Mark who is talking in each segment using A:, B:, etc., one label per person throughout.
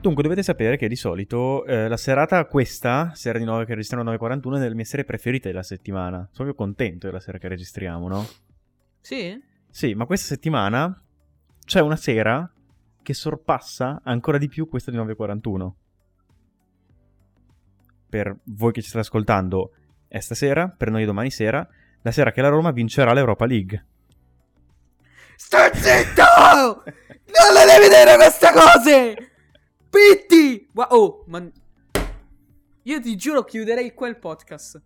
A: Dunque, dovete sapere che di solito eh, la serata questa, sera di 9 che registriamo alle 9.41, è delle mie serie preferite della settimana. Sono proprio contento della sera che registriamo, no?
B: Sì?
A: Sì, ma questa settimana c'è una sera che sorpassa ancora di più questa di 9.41. Per voi che ci state ascoltando è stasera, per noi è domani sera, la sera che la Roma vincerà l'Europa League.
B: Sto zitto! non le devi dire queste cose! Pitti! Gua- Oh, ma... Io ti giuro chiuderei quel podcast.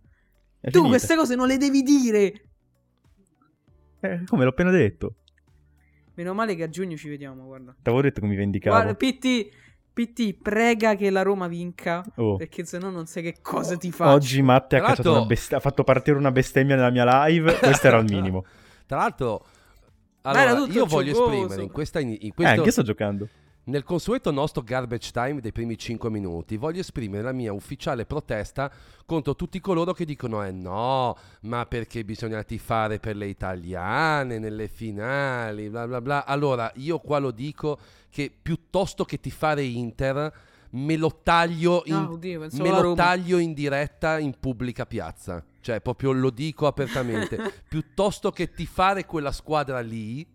A: È
B: Tu
A: finita.
B: queste cose non le devi dire!
A: Eh, come l'ho appena detto.
B: Meno male che a giugno ci vediamo, guarda.
A: T'avevo detto che mi vendicavo.
B: Guarda, Pitti, Pitti, prega che la Roma vinca,
A: Oh.
B: perché se no non sai che cosa ti fa.
A: Oggi Matte ha,
C: Tra
A: cacciato
C: l'altro-
A: una best- ha fatto partire una bestemmia nella mia live. Questo era il minimo.
C: Tra l'altro,
B: era
C: allora,
B: tutto
C: io voglio
B: giocoso.
C: esprimere in questa, in, in
A: Eh,
C: questo-
A: anche io sto giocando.
C: nel consueto nostro garbage time dei primi 5 minuti, voglio esprimere la mia ufficiale protesta contro tutti coloro che dicono: eh no, ma perché bisogna tifare per le italiane nelle finali, bla bla bla. Allora, io qua lo dico che piuttosto che tifare Inter, me lo taglio in
B: No, oddio, pensavo
C: me
B: alla
C: lo
B: Roma.
C: taglio in diretta in pubblica piazza. Cioè, proprio lo dico apertamente. Piuttosto che tifare quella squadra lì,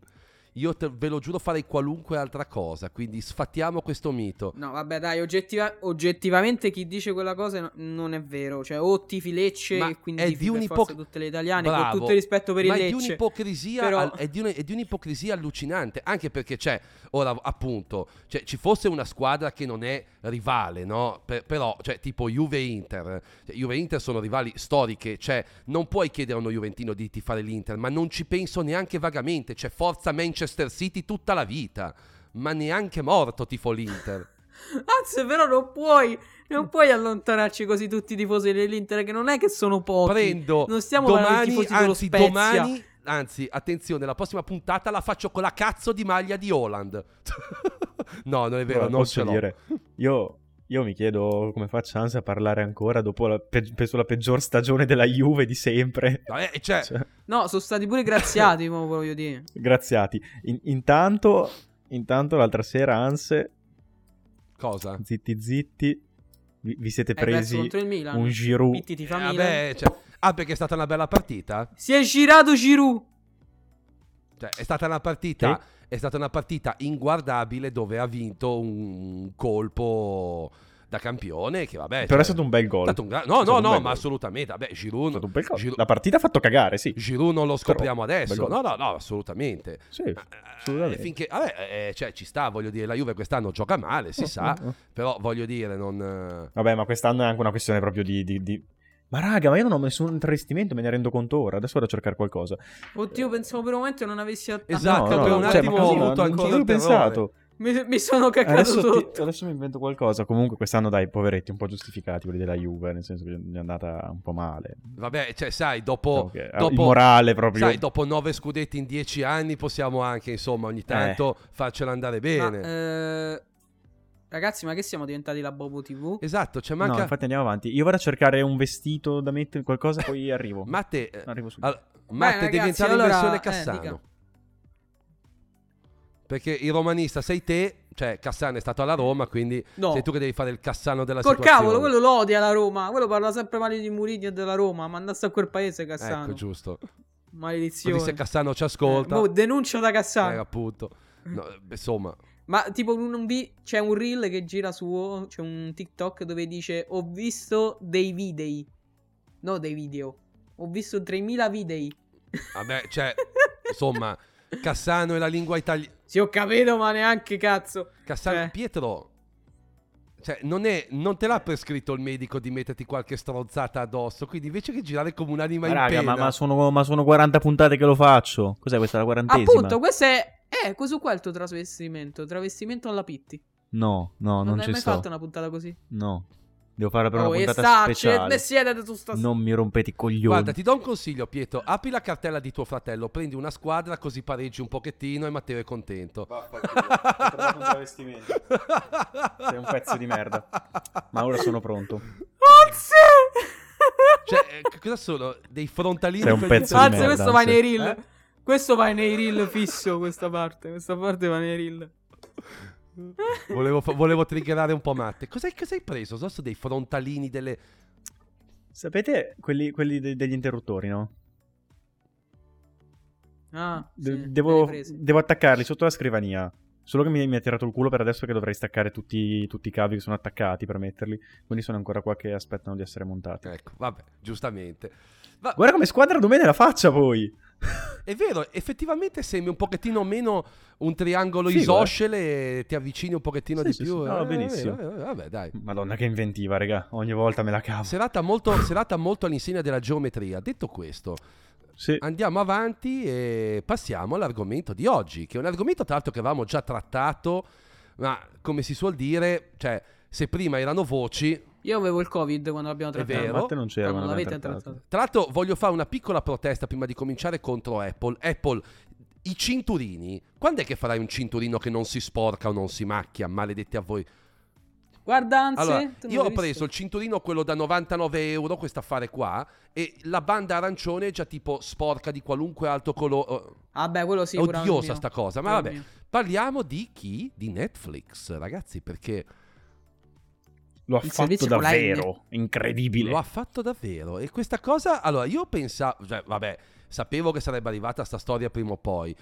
C: io te- ve lo giuro farei qualunque altra cosa. Quindi sfattiamo questo mito.
B: No, vabbè, dai, oggettiva- oggettivamente chi dice quella cosa no- non è vero. Cioè, o tifi Lecce
C: Ma
B: e quindi
C: è
B: tifi
C: di
B: per
C: un'ipo-
B: forza tutte le italiane,
C: Bravo.
B: con tutto il rispetto per
C: Ma
B: il
C: è di
B: Lecce.
C: un'ipocrisia,
B: Però-
C: al- è, di un- è di un'ipocrisia allucinante. Anche perché c'è, ora appunto, cioè, ci fosse una squadra che non è rivale, no? Per- però, cioè, tipo Juve e Inter. Cioè, Juve e Inter sono rivali storiche. Cioè, non puoi chiedere a uno Juventino di tifare l'Inter, ma non ci penso neanche vagamente. Cioè, forza Manchester City tutta la vita. Ma neanche morto tifo l'Inter.
B: Anzi, però non puoi, non puoi allontanarci così tutti i tifosi dell'Inter, che non è che sono pochi.
C: prendo
B: Non stiamo parlando di
C: domani,
B: tifosi dello
C: anzi
B: Spezia.
C: domani, anzi attenzione, la prossima puntata la faccio con la cazzo di maglia di Holland. no, non è vero,
A: Guarda,
C: non
A: posso
C: ce l'ho.
A: dire, io, io mi chiedo come faccia Hans a parlare ancora dopo la, pe- penso la peggior stagione della Juve di sempre.
C: No, eh, cioè,
A: Cioè,
B: No, sono stati pure graziati, mo, voglio dire.
A: graziati. In- intanto, intanto l'altra sera Hans,
C: cosa?
A: zitti zitti, vi, vi siete
B: Hai perso
A: presi
B: Eh, contro il Milan.
A: un Giroud.
B: Pitti ti
C: Eh,
B: fa Milan.
C: vabbè, cioè, ah, perché è stata una bella partita?
B: Si è girato Giroud.
C: Cioè, è stata una partita è stata una partita inguardabile dove ha vinto un colpo da campione che
A: Però
C: vabbè, cioè,
A: è stato un bel
C: è
A: gol.
C: stato un gra-
A: È
C: No,
A: stato
C: no,
A: un bel
C: no,
A: gol.
C: ma assolutamente,
A: È
C: vabbè,
A: stato
C: Giroud
A: un bel gol.
C: Giroud-
A: La partita ha fatto cagare, sì.
C: Giroud non lo scopriamo
A: Però,
C: adesso.
A: bel
C: No,
A: gol.
C: no, no, assolutamente.
A: Sì,
C: Ma, eh,
A: assolutamente.
C: Finché, vabbè, eh, cioè, ci sta, voglio dire, la Juve quest'anno gioca male, si
A: Oh,
C: sa,
A: oh, oh.
C: però voglio dire, non... eh,
A: Vabbè, ma quest'anno è anche una questione proprio di... di- di- Ma raga, ma io non ho nessun travestimento, me ne rendo conto ora. Adesso vado a cercare qualcosa.
B: Oddio, pensavo per un momento non avessi attaccato.
C: Esatto,
A: no, no,
C: per un
A: cioè,
C: attimo
A: ma
C: ho
A: così,
C: avuto
A: non ci
C: ancora
A: avevo
C: il terrore.
A: pensato. Eh,
B: Mi, mi sono caccato
A: Adesso, ti-
B: sotto.
A: adesso mi invento qualcosa. Comunque, quest'anno, dai, poveretti, un po' giustificati quelli della Juve. Nel senso che gli è andata un po' male.
C: Vabbè, cioè, sai,
A: Diciamo
C: dopo...
A: che,
C: dopo-
A: il morale proprio.
C: Sai, dopo nove scudetti in dieci anni possiamo anche, insomma,
A: Eh.
C: ogni tanto farcela andare
B: Ma,
C: bene.
B: eh, ragazzi, ma che siamo diventati la Bobo TV?
C: Esatto, cioè
A: No,
C: manca...
A: infatti, andiamo avanti. Io vado a cercare un vestito da mettere, qualcosa, poi arrivo.
C: Matte, eh,
A: Arrivo subito.
C: all- Matte,
B: Beh,
C: devi
B: ragazzi,
C: entrare
B: allora-
C: in versione
B: eh,
C: Cassano.
B: dica.
C: perché il romanista sei te, cioè Cassano è stato alla Roma, quindi
B: No.
C: sei tu che devi fare il Cassano della
B: Oh. Col
C: situazione.
B: cavolo, quello lo odia la Roma. Quello parla sempre male di Murigno e della Roma. Ma andasse a quel paese, Cassano.
C: Ecco, giusto.
B: Maledizione.
C: Quindi se Cassano ci
B: Eh,
C: ascolta,
B: boh, denuncia da
C: eh,
B: Cassano.
C: appunto. No, eh, insomma,
B: Ma tipo un, un vi- c'è un reel che gira su c'è un TikTok dove dice "Ho visto dei video". No, dei video. Ho visto 3000 video.
C: vabbè, cioè, insomma, Cassano è la lingua italiana.
B: Sì, ho capito, ma neanche cazzo.
C: Cassano,
B: Cioè.
C: Pietro, cioè, non, è, non te l'ha prescritto il medico di metterti qualche stronzata addosso. Quindi invece che girare come un'anima in
A: raga,
C: pena,
A: ma, ma sono, ma sono 40 puntate che lo faccio. Cos'è questa? La quarantesima?
B: Appunto, questo è eh, questo qua è il tuo travestimento, travestimento alla Pitti.
A: No, no, non,
B: hai
A: ci
B: mai
A: sto.
B: fatto una puntata così?
A: No. Devo farla per
B: oh,
A: una
B: e
A: puntata
B: sta, c'è-
A: speciale.
B: ne siete su sta
A: Non mi rompete i coglioni.
C: Guarda, ti do un consiglio, Pietro. Apri la cartella di tuo fratello, prendi una squadra, così pareggi un pochettino e Matteo è contento.
A: Ho trovato un travestimento. Sei un pezzo di merda. Ma ora sono pronto.
B: Anzi!
C: Cioè, eh, cosa sono? Dei frontalini?
A: Sei un
C: per-
A: pezzo di
B: Anzi,
A: merda,
B: questo va
A: anzi.
B: nei reel.
C: Eh?
B: Questo va nei reel fisso, questa parte. Questa parte va nei reel.
C: Volevo, fa- volevo triggerare un po' Matte. Cos'hai, cos'hai preso? Sono dei frontalini delle...
A: Sapete quelli, quelli de- degli interruttori, no?
B: Ah,
A: De-
B: sì, le hai
A: devo,
B: prese.
A: devo attaccarli sotto la scrivania. Solo che mi, mi ha tirato il culo per adesso perché dovrei staccare tutti, tutti i cavi che sono attaccati per metterli. Quindi sono ancora qua che aspettano di essere montati.
C: Ecco, vabbè, giustamente. Va-
A: Guarda come squadra me la faccia poi.
C: È vero, effettivamente sembri un pochettino meno un triangolo
A: Figo, eh.
C: isoscele, ti avvicini un pochettino
A: Sì,
C: di
A: sì,
C: più.
A: sì, no,
C: eh,
A: benissimo.
C: vabbè, vabbè, vabbè, dai.
A: Madonna che inventiva, raga. Ogni volta me la cavo.
C: Serata molto, serata molto all'insegna della geometria. Detto questo,
A: Sì.
C: andiamo avanti e passiamo all'argomento di oggi, che è un argomento tra l'altro che avevamo già trattato, ma come si suol dire, cioè se prima erano voci,
B: Io avevo il covid quando l'abbiamo
C: È
B: trattato.
C: vero. cioè,
A: Matte non c'era.
B: Ah, non
A: non
B: l'avete
A: abbiamo trattato.
B: trattato.
C: tra l'altro voglio fare una piccola protesta prima di cominciare contro Apple. Apple, i cinturini, quando è che farai un cinturino che non si sporca o non si macchia, maledetti a voi?
B: Guarda, anzi,
C: Allora,
B: tu non
C: io ho
B: l'hai
C: preso
B: visto?
C: il cinturino, quello da 99 euro, questo affare qua, e la banda arancione è già tipo sporca di qualunque altro colore.
B: Vabbè, Ah, quello sì,
C: È
B: pure
C: odiosa
B: mio.
C: sta cosa, ma
B: Pure
C: vabbè.
B: mio.
C: Parliamo di chi? Di Netflix, ragazzi, perché
A: Lo ha
B: Il
A: fatto
B: servizio online.
A: davvero. Incredibile.
C: lo ha fatto davvero. E questa cosa, allora, io pensavo, cioè, vabbè, sapevo che sarebbe arrivata sta storia prima o poi.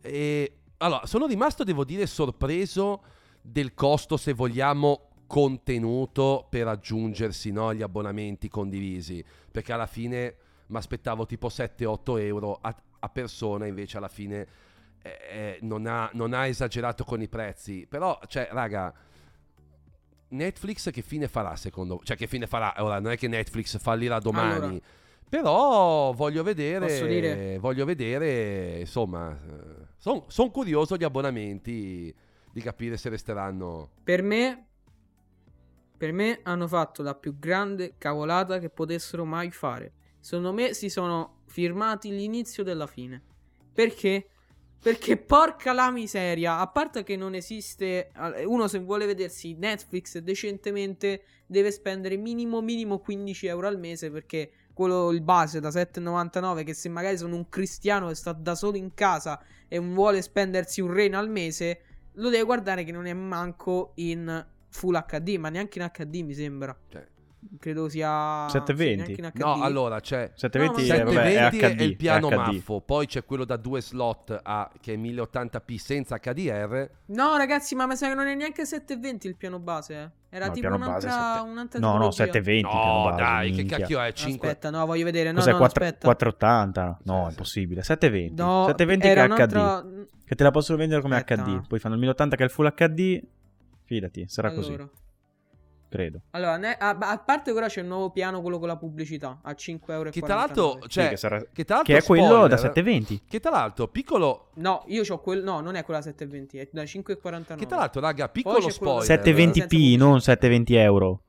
C: E allora, sono rimasto, devo dire, sorpreso del costo, se vogliamo, contenuto per aggiungersi no, gli abbonamenti condivisi. Perché alla fine mi aspettavo tipo 7-8 euro a, a persona, invece alla fine eh, eh, non, ha, non ha esagerato con i prezzi. Però, cioè, raga, Netflix che fine farà secondo Cioè, che fine farà? Ora, non è che Netflix fallirà domani.
B: Allora.
C: Però voglio vedere,
B: Posso dire?
C: voglio vedere, insomma, sono curioso gli abbonamenti di capire se resteranno.
B: Per me, per me hanno fatto la più grande cavolata che potessero mai fare. Secondo me si sono firmati l'inizio della fine. Perché? Perché porca la miseria, a parte che non esiste, uno se vuole vedersi Netflix decentemente deve spendere minimo minimo 15 euro al mese perché quello il base da 7,99 che se magari sono un cristiano che sta da solo in casa e vuole spendersi un reno al mese lo deve guardare che non è manco in full HD, ma neanche in HD mi sembra.
C: Cioè,
B: Credo sia
A: 720.
B: neanche in HD.
C: no, allora cioè, c'è
A: 720,
B: No,
A: eh, vabbè,
C: 720
A: è HD.
C: è il piano
A: è HD.
C: maffo, poi c'è quello da due slot a, che è 1080p senza HDR.
B: No, ragazzi, ma mi sa che non è neanche 720 il piano base, eh. Era
A: No, il
B: tipo
A: piano base è
B: un'altra,
A: sette-
B: un'altra
A: No, no,
B: tipologia.
A: 720. piano
C: No,
A: base,
C: dai, che
A: minchia.
C: cacchio è?
B: No,
C: 5...
B: Aspetta, no, voglio vedere. No,
A: Cos'è?
B: no,
A: quattro-
B: aspetta.
A: 480? No,
C: Sì,
A: è
C: sì.
A: impossibile. 720.
B: No,
A: 720
B: era
A: che è HD.
B: un'altra...
A: Che te la possono vendere come
B: Aspetta.
A: HD. Poi fanno il 1080 che è il full HD. Fidati, sarà così,
B: Allora,
A: credo.
B: allora ne- a, a parte che ora c'è il nuovo piano, quello con la pubblicità, a 5 euro.
C: Che tra l'altro...
A: Sì,
C: Cioè,
A: che, sarà-
C: che tra l'altro
A: che è quello
C: spoiler,
A: da 720.
C: Che tra l'altro, piccolo...
B: No, io ho quel... No, non è quella 720, è da 5,49.
C: Che tra l'altro, raga,
B: Poi
C: piccolo
B: c'è quello-
C: spoiler.
A: 720p,
B: Senza
A: non 720 euro.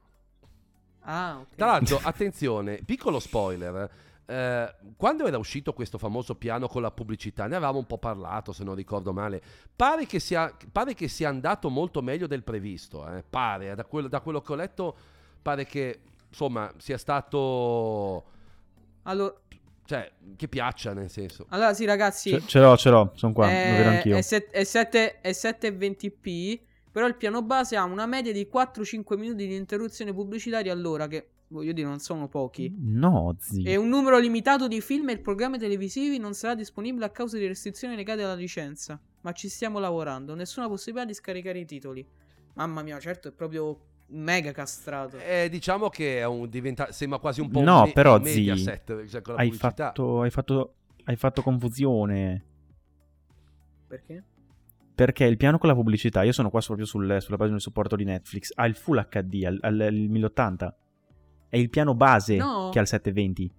B: Ah, ok.
C: Tra l'altro, attenzione, piccolo spoiler. eh, quando era uscito questo famoso piano con la pubblicità, ne avevamo un po' parlato, se non ricordo male. Pare che sia, pare che sia andato molto meglio del previsto. eh, Pare, eh, da quello, da quello che ho letto, pare che insomma sia stato.
B: Allora,
C: cioè, che piaccia nel senso.
B: Allora, sì, ragazzi.
A: Ce, ce l'ho, ce l'ho, sono qua,
B: è,
A: lo vedo anch'io.
B: Eh, È, set- è sette- è 720p. Però il piano base ha una media di 4-5 minuti di interruzione pubblicitaria all'ora, che voglio dire, non sono pochi.
A: No, zio.
B: E un numero limitato di film e programmi televisivi non sarà disponibile a causa di restrizioni legate alla licenza. Ma ci stiamo lavorando, nessuna possibilità di scaricare i titoli. Mamma mia, certo, è proprio mega castrato.
C: Eh, diciamo che è un diventa- sembra quasi un po'
A: No,
C: un me-
A: però,
C: un
A: zii,
C: Mediaset, cioè, con la
A: Hai
C: pubblicità.
A: fatto, hai, fatto, hai fatto confusione.
B: Perché?
A: Perché il piano con la pubblicità, io sono qua proprio sul- sulla pagina di supporto di Netflix, ha il full HD al, al- al 1080. È il piano base
B: No.
A: che ha il 720.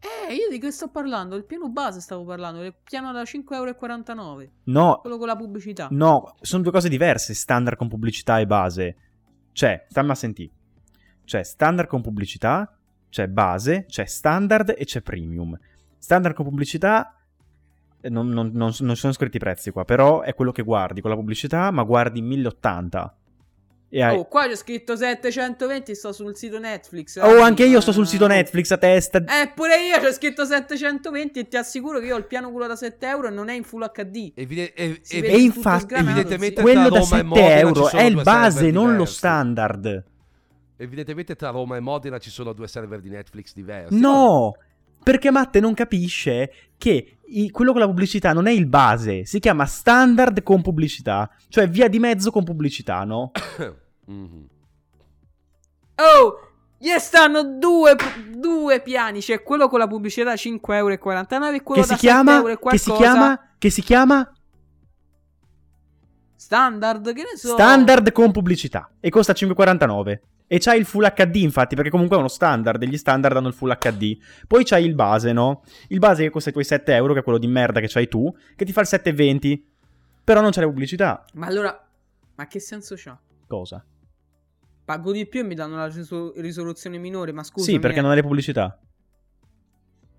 B: Eh, io di che sto parlando? Il piano base stavo parlando, il piano da 5,49€.
A: No,
B: Quello con la pubblicità.
A: no, sono due cose diverse, standard con pubblicità e base. Cioè, stamma a sentì. C'è standard con pubblicità, c'è base, c'è standard e c'è premium. Standard con pubblicità, eh, non, non- non- non sono scritti i prezzi qua, però è quello che guardi con la pubblicità, ma guardi in 1080. E hai-
B: Oh, qua c'è scritto 720, sto sul sito Netflix.
A: Oh,
B: eh.
A: anche io sto sul sito Netflix a testa.
B: Eh, pure io c'è scritto 720 e ti assicuro che io ho il piano culo da 7 euro e non è in Full HD.
C: Evide- e-
B: Si
C: e-
B: vede
A: e
B: tutto
A: infatti,
B: sgranato,
C: evidentemente-
B: sì.
A: Quello da
C: Roma e
A: 7
C: Modena ci
A: euro
C: sono
A: è il
C: due
A: base,
C: server
A: non lo
C: diversi.
A: standard.
C: evidentemente tra Roma e Modena ci sono due server di Netflix diversi.
A: No, perché Matte non capisce che i- quello con la pubblicità non è il base, si chiama standard con pubblicità, cioè via di mezzo con pubblicità, no?
B: Mm-hmm.
C: Mhm.
B: Oh, gli stanno due, due piani. C'è quello con la pubblicità a 5,49 euro e quello
A: Che si,
B: da
A: chiama,
B: 7 euro e
A: che si
B: qualcosa.
A: chiama, che si chiama
B: Standard, che ne so.
A: standard con pubblicità e costa 5,49. E c'hai il full HD, infatti, perché comunque è uno standard, e gli standard hanno il full HD. Poi c'hai il base, no? Il base che costa quei 7 euro, che è quello di merda che c'hai tu, che ti fa il 7,20. Però non c'è la pubblicità.
B: Ma allora, ma che senso c'ha?
A: Cosa?
B: Pago di più e mi danno la riso- risoluzione minore, ma scusa.
A: sì, perché
B: eh.
A: non hai le pubblicità.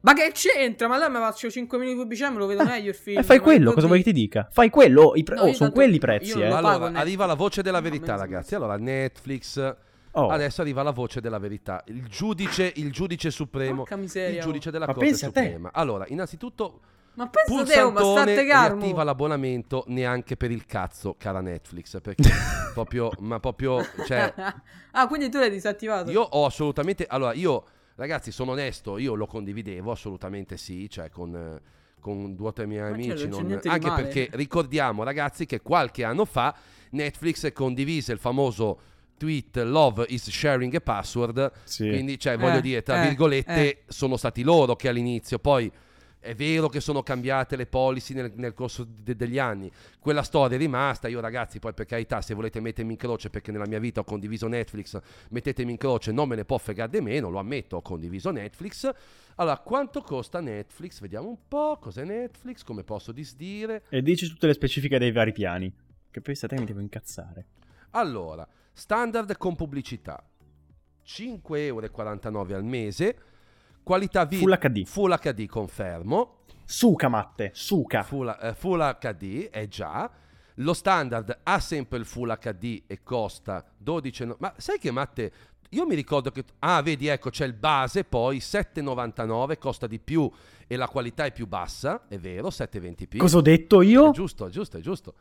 B: Ma che c'entra? Ma allora mi faccio 5 minuti di pubblicità e me lo vedo
A: Ah,
B: meglio il film.
A: E fai
B: ma
A: quello, cosa
B: così.
A: vuoi che ti dica? Fai quello, oh, i pre-
B: No,
A: oh,
B: io
A: sono
B: tanto-
A: quelli i prezzi,
B: io
A: eh.
B: non lo pago
C: Allora,
B: Netflix.
C: arriva la voce della
B: No,
C: verità,
B: meno
C: ragazzi.
B: male.
C: Allora, Netflix.
A: Oh,
C: Adesso arriva la voce della verità. Il giudice, il giudice supremo.
B: Porca
C: Il
B: miseria. oh.
C: giudice della
A: Ma
C: Corte
A: pensa a te.
C: Suprema. Allora, innanzitutto,
B: Ma pensa te, oh, ma
C: Pulsantone
B: state calmo.
C: riattiva l'abbonamento neanche per il cazzo, cara Netflix. Perché proprio, ma proprio, cioè,
B: ah, quindi tu l'hai disattivato.
C: Io ho assolutamente. Allora, io, ragazzi, sono onesto, io lo condividevo assolutamente sì, cioè con. eh, Con due o tre miei
B: Ma
C: amici,
B: certo, non c'è
C: non-
B: niente di
C: anche
B: male.
C: perché ricordiamo, ragazzi, che qualche anno fa Netflix condivise il famoso tweet Love is sharing a password.
A: sì.
C: Quindi, cioè,
B: Eh,
C: voglio dire, tra
B: eh,
C: virgolette, sono stati loro che all'inizio poi. È vero che sono cambiate le policy nel, nel corso de- degli anni, quella storia è rimasta. Io, ragazzi, poi per carità, se volete mettermi in croce, perché nella mia vita ho condiviso Netflix, mettetemi in croce, non me ne può fregare di meno, lo ammetto, ho condiviso Netflix. Allora, quanto costa Netflix? Vediamo un po', cos'è Netflix, come posso disdire.
A: E dici tutte le specifiche dei vari piani. Che poi state mi devo incazzare.
C: Allora, standard con pubblicità, 5,49 euro al mese, qualità video...
A: Full HD.
C: Full HD confermo,
A: Suca, Matte, suca.
C: full, eh, full HD è già, lo standard ha sempre il Full HD e costa 12... no- ma sai che Matte, io mi ricordo che... Ah, vedi, ecco, c'è il base, poi 7,99 costa di più e la qualità è più bassa, è vero, 720p.
A: Cosa ho detto
C: È
A: io?
C: giusto, è giusto, è giusto.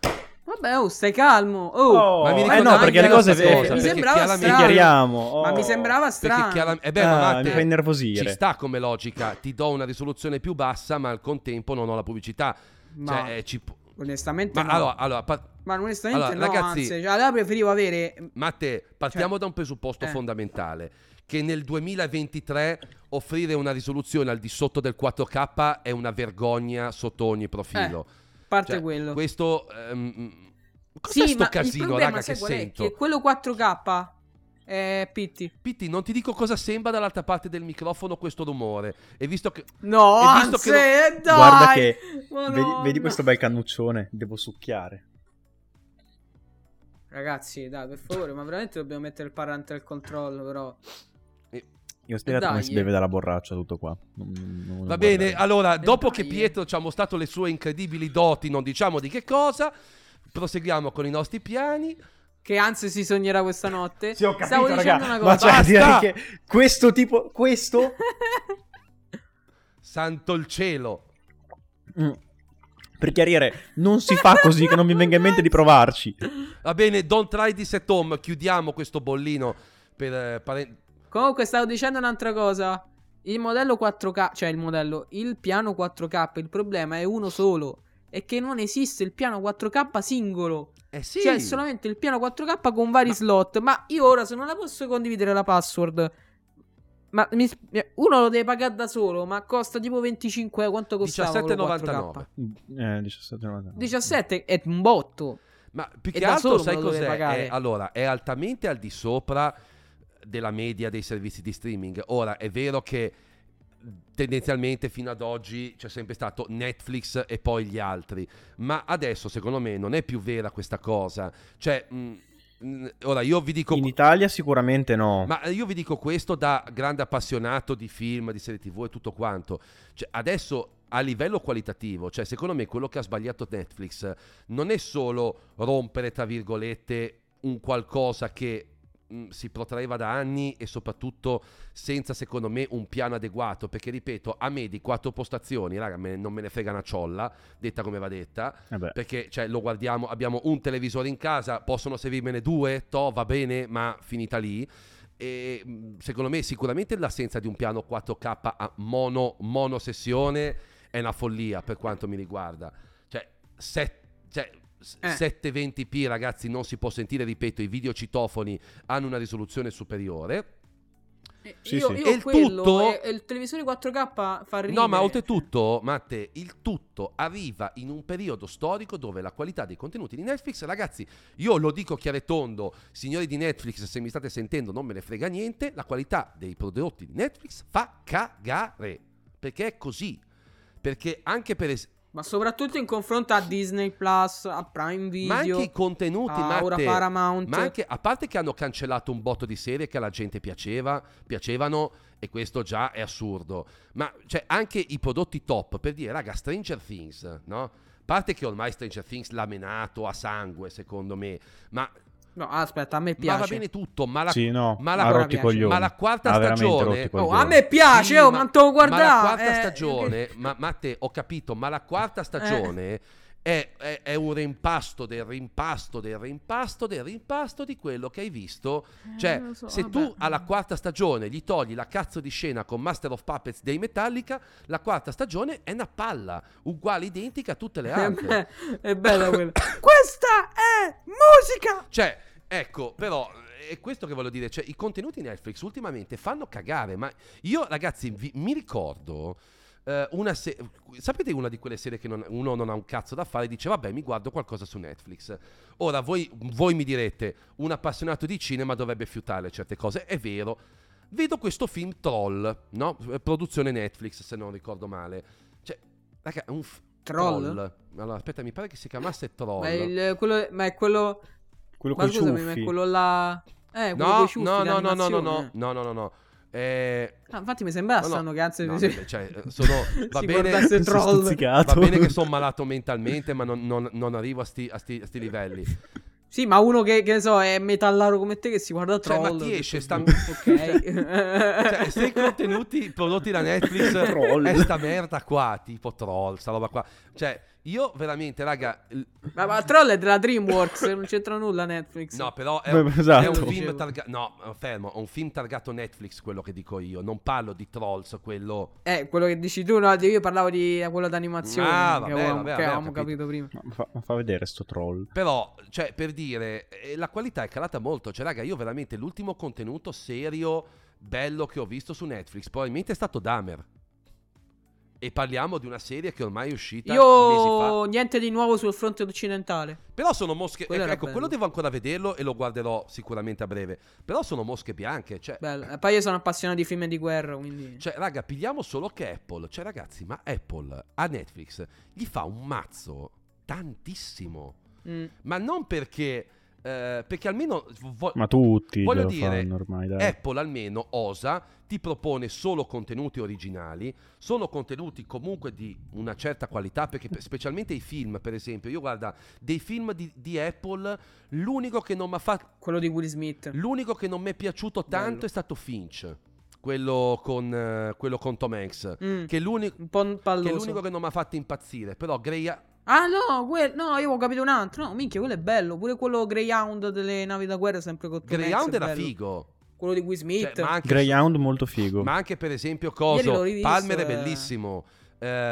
B: Vabbè, oh, stai calmo. Oh,
A: Oh,
C: Ma mi
A: eh
C: ricordo
A: no, perché le
C: anche
A: cose...
C: io questa cosa,
A: eh,
B: mi
C: perché
B: sembrava
C: chiaramente-
B: strano.
A: Chiariamo.
B: Ma
A: oh.
B: mi sembrava
C: Perché
B: strano.
C: chiaramente... Eh beh, ma
A: Ah,
C: Matte,
A: mi fa
C: Ci
A: innervosire.
C: sta come logica, ti do una risoluzione più bassa, ma al contempo non ho la pubblicità.
B: Ma
C: Cioè, eh, ci pu-
B: onestamente
C: Ma
B: no.
C: allora, allora pa-
B: Ma onestamente
C: allora,
B: no,
C: ragazzi-
B: anzi, cioè, allora preferivo avere... mm,
C: Matte, partiamo
B: Cioè,
C: da un presupposto
B: eh.
C: fondamentale, che nel 2023 offrire una risoluzione al di sotto del 4K è una vergogna sotto ogni profilo.
B: Eh, a parte
C: Cioè,
B: quello.
C: Questo... ehm, cos'è
B: sì,
C: sto
B: ma il
C: casino,
B: problema
C: raga, che
B: sai qual è?
C: sento?
B: Che quello 4K è Pitti.
C: Pitti, non ti dico cosa sembra dall'altra parte del microfono questo rumore. E visto che...
B: No,
C: E visto
B: anzi,
C: che
B: eh, dai!
A: Guarda che...
B: Madonna.
A: Vedi, vedi questo bel cannuccione? Devo succhiare.
B: Ragazzi, dai, per favore, ma veramente dobbiamo mettere il parlante al controllo, però.
A: Io ho spiegato
B: Dai.
A: come si beve dalla borraccia tutto qua. Non- non- non
C: Eh, Va bene,
A: guardare.
C: allora, dopo che
B: Eh, dai.
C: Pietro ci ha mostrato le sue incredibili doti, non diciamo di che cosa, proseguiamo con i nostri piani.
B: Che anzi si sognerà questa notte.
A: Sì, ho capito,
B: Stavo dicendo
A: raga,
B: una
A: Ma
B: cosa.
A: cioè,
C: Basta!
A: direi che questo tipo... Questo...
C: Santo il cielo!
A: Mm. Per chiarire, non si fa così che non mi venga in mente di provarci.
C: Va bene, don't try this at home, chiudiamo questo bollino per... eh, pare-
B: Comunque, stavo dicendo un'altra cosa. Il modello 4K, cioè il modello, il piano 4K, il problema è uno solo. È che non esiste il piano 4K singolo.
C: Eh sì!
B: C'è solamente il piano 4K con vari slot. Ma io ora se non la posso condividere la password. Ma mi sp- uno lo deve pagare da solo, ma costa tipo 25 euro. Quanto costava? quello 4K?
C: 17,99.
A: Eh, 17,99.
B: 17 è un botto.
C: Ma più
B: E
C: che
B: da
C: altro
B: solo
C: sai
B: me lo deve
C: cos'è?
B: pagare.
C: È- allora, è altamente al di sopra della media dei servizi di streaming. Ora, è vero che tendenzialmente fino ad oggi c'è sempre stato Netflix e poi gli altri, ma adesso secondo me non è più vera questa cosa. Cioè, mh, mh, ora io vi dico...
A: In Italia sicuramente no.
C: Ma eh, io vi dico questo da grande appassionato di film, di serie TV e tutto quanto. Cioè, adesso a livello qualitativo, cioè secondo me quello che ha sbagliato Netflix non è solo rompere tra virgolette un qualcosa che mh, si protraeva da anni e soprattutto senza secondo me un piano adeguato perché ripeto a me di quattro postazioni raga me- non me ne frega una ciolla detta come va detta
A: Vabbè.
C: perché cioè, lo guardiamo, abbiamo un televisore in casa, possono servirmene due, to, va bene, ma finita lì. E mh, secondo me sicuramente l'assenza di un piano 4K a mono, mono sessione è una follia per quanto mi riguarda. Cioè, set- cioè, s-
B: Eh.
C: 720p ragazzi non si può sentire, ripeto, i video citofoni hanno una risoluzione superiore.
B: Eh,
A: Sì,
B: io
A: sì.
B: io
C: E il
B: quello
C: tutto-
B: e- e il televisore 4K fa ridere.
C: No, ma oltretutto, Matte, il tutto arriva in un periodo storico dove la qualità dei contenuti di Netflix, ragazzi, io lo dico chiaro e tondo, signori di Netflix, se mi state sentendo non me ne frega niente, la qualità dei prodotti di Netflix fa cagare, perché è così. Perché anche per es-
B: Ma soprattutto in confronto a Disney Plus, a Prime Video,
C: ma anche i contenuti,
B: a ora
C: Matte,
B: Paramount.
C: ma anche a parte che hanno cancellato un botto di serie che alla gente piaceva, piacevano e questo già è assurdo. Ma cioè anche i prodotti top, per dire, raga, Stranger Things, no? A parte che ormai Stranger Things l'ha menato a sangue, secondo me, ma,
B: No, aspetta, a me
C: ma va
B: piace.
C: bene tutto, ma la
A: Sì, no,
C: ma la-
A: ha rotto i
B: piace.
A: coglioni.
C: ma la quarta
A: Ha veramente
C: stagione-
A: rotto i
B: Oh,
A: coglioni.
B: a me piace,
C: Sì,
B: oh,
C: ma-
B: ma non te lo guardare.
C: Ma la quarta
B: eh,
C: stagione, ma, Matte, ho capito, ma la quarta stagione è, è- è un rimpasto del rimpasto del rimpasto del rimpasto di quello che hai visto. Cioè,
B: Eh, lo so,
C: se
B: vabbè.
C: tu alla quarta stagione gli togli la cazzo di scena con Master of Puppets dei Metallica, la quarta stagione è una palla, uguale, identica a tutte le
B: Eh,
C: altre.
B: beh, è bella quella. Questa è musica.
C: Cioè, ecco, però è questo che voglio dire, cioè i contenuti Netflix ultimamente fanno cagare, ma io ragazzi vi- mi ricordo eh, una se- sapete una di quelle serie che non- uno non ha un cazzo da fare e dice vabbè mi guardo qualcosa su Netflix. Ora voi, voi mi direte, un appassionato di cinema dovrebbe fiutare certe cose, è vero. Vedo questo film Troll, no? Eh, Produzione Netflix, se non ricordo male. Cioè, raga, è un f-
B: Troll?
C: Allora, aspetta, mi pare che si chiamasse Troll.
B: Ma, il- quello- ma è quello.
A: Quello
B: Ma
A: con
B: scusami, ma è
A: ciuffi.
B: quello là. Eh, quello
C: No,
B: coi ciuffi
C: no, no, no, no, no,
B: d'animazione.
C: no, no, no, no, no. Eh,
B: Ah, infatti mi sembrava
C: no, no.
B: strano che anzi
C: No,
B: si-
C: vabbè, cioè, sono- va
B: si
C: bene-
B: guardasse
A: Mi sono
B: troll.
A: stuzzicato.
C: va bene che sono malato mentalmente, ma non, non- non arrivo a sti, a sti- a sti livelli.
B: Sì, ma uno che, che ne so, è metallaro come te che si guarda
C: Cioè,
B: troll.
C: ma ti esce sta-
B: Ok.
C: Cioè, se i contenuti prodotti da Netflix
A: Troll.
C: è sta merda qua, tipo troll, sta roba qua. Cioè, io veramente, raga, l-
B: ma, ma troll è della DreamWorks, non c'entra nulla Netflix.
C: No, però è,
A: Beh,
C: un-
A: esatto.
C: è un film
B: Dicevo.
C: targato. No, fermo. È un film targato Netflix, quello che dico io. Non parlo di Trolls, quello.
B: Eh, quello che dici tu, no, io parlavo di eh, quello d'animazione
C: Ah,
B: che
C: vabbè,
B: avevamo,
C: vabbè,
B: che
C: vabbè, ho
B: avevamo
C: capito.
B: capito. prima.
A: Ma fa, ma fa vedere sto troll.
C: Però, cioè, per dire, eh, la qualità è calata molto. Cioè, raga, io veramente l'ultimo contenuto serio, bello che ho visto su Netflix, probabilmente è stato Dahmer. E parliamo di una serie che ormai è uscita mesi fa.
B: Io niente di nuovo sul fronte occidentale.
C: Però sono mosche.
B: Quello
C: ecco,
B: era
C: ecco, quello
B: bello.
C: devo ancora vederlo e lo guarderò sicuramente a breve. Però sono mosche bianche. Cioè,
B: Bello. E poi io sono appassionato di film di guerra, quindi...
C: Cioè, raga, pigliamo solo che Apple. Cioè, ragazzi, ma Apple a Netflix gli fa un mazzo tantissimo.
B: Mm.
C: Ma non perché. eh, perché almeno. vo-
A: Certo. Ma tutti
C: Voglio
A: lo
C: dire, eh,
A: fanno ormai,
B: Eh.
A: dai.
C: Apple almeno osa, ti propone solo contenuti originali, sono contenuti comunque di una certa qualità, perché per- specialmente i film, per esempio, io guarda, dei film di, di Apple, l'unico che non mi ha fatto
B: Quello di Will Smith.
C: L'unico che non mi è piaciuto tanto
B: Bello.
C: è stato Finch, quello con, eh, quello con Tom Hanks.
B: Mm.
C: Che è, l'unico,
B: Un po' n-
C: che è
B: palloso.
C: l'unico che non mi ha fatto impazzire. Però Grey,
B: Ah no, quel- no, io ho capito un altro. No, minchia, quello è bello. Pure quello Greyhound delle navi da guerra, sempre con Tom
C: Greyhound
B: Hanks, è
C: era
B: bello.
C: figo.
B: Quello di Will
C: Cioè,
B: Smith.
C: ma, anche,
A: Greyhound molto figo.
C: ma anche per esempio
B: Ieri
C: Coso.
B: l'ho rivisto,
C: Palmer è
B: eh.
C: bellissimo.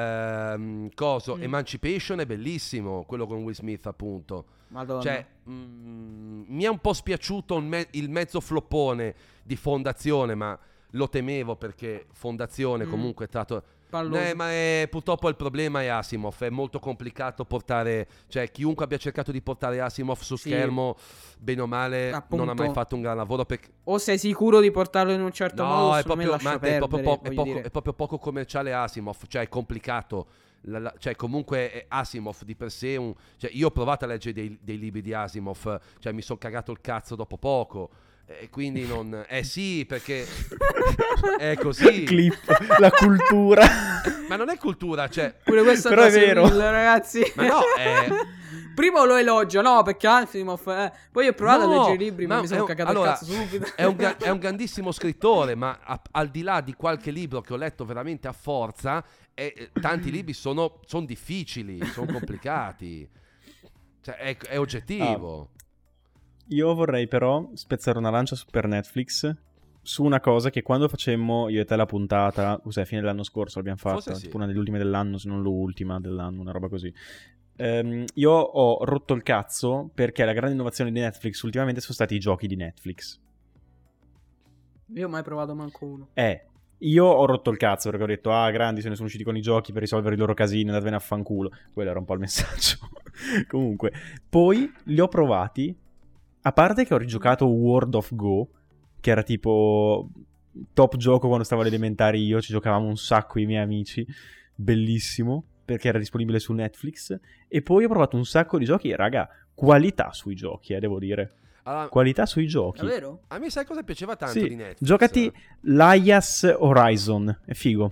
C: Ehm, coso.
B: Mm.
C: Emancipation è bellissimo. Quello con Will Smith, appunto.
B: Madonna.
C: Cioè, mm, mi è un po' spiaciuto il, me- il mezzo floppone di Fondazione, ma lo temevo perché Fondazione
B: Mm.
C: comunque è stato...
B: palloso.
C: Eh, ma è- purtroppo il problema è Asimov, è molto complicato portare, cioè chiunque abbia cercato di portare Asimov su
B: Sì.
C: schermo, bene o male, non ha
B: Appunto.
C: mai fatto un gran lavoro perché...
B: O sei sicuro di portarlo in un certo modo?
C: No, è
B: secondo me
C: proprio,
B: lascia
C: Matte, è proprio
B: perdere,
C: poco, è
B: voglio
C: poco-
B: dire.
C: è proprio poco commerciale Asimov, cioè è complicato. La- la- cioè, comunque eh, Asimov di per sé è un- cioè, io ho provato a leggere dei, dei libri di Asimov, cioè mi sono cagato il cazzo dopo poco. E quindi non. Eh sì, perché. è così.
A: Clip, la cultura.
C: Ma non è cultura, cioè.
B: Pure questo
A: Però è
B: da
A: vero.
B: Seville, ragazzi.
C: Ma no, eh,
B: Prima lo elogio, no, perché Ansimov. eh, Poi ho provato
C: No,
B: a leggere i libri, ma,
C: ma
B: mi
C: è
B: sono
C: un-
B: cagato
C: allora,
B: il cazzo subito.
C: È un, ga- è un grandissimo scrittore, ma a- al di là di qualche libro che ho letto veramente a forza, eh, eh, tanti libri sono, son difficili, sono complicati. Cioè, è, è oggettivo.
B: Ah.
A: Io vorrei però spezzare una lancia su- per Netflix su una cosa che quando facemmo io e te la puntata, cos'è, fine dell'anno scorso l'abbiamo
C: Forse
A: fatta,
C: sì.
A: tipo una delle ultime dell'anno, se non l'ultima dell'anno, una roba così. Ehm, io ho rotto il cazzo perché la grande innovazione di Netflix ultimamente sono stati i giochi di Netflix.
B: Io ho mai provato manco uno.
A: Eh, io ho rotto il cazzo perché ho detto, ah, grandi, se ne sono usciti con i giochi per risolvere i loro casini, andatevene a fanculo. Quello era un po' il messaggio. Comunque, poi li ho provati. A parte che ho rigiocato World of Go, che era tipo top gioco quando stavo alle elementari io, ci giocavamo un sacco i miei amici, bellissimo, perché era disponibile su Netflix. E poi ho provato un sacco di giochi, raga, qualità sui giochi, eh, devo dire.
C: Allora,
A: Qualità sui giochi.
B: Davvero?
C: a me sai cosa piaceva tanto
A: Sì,
C: di Netflix?
A: Giocati l'Aias Horizon, è figo.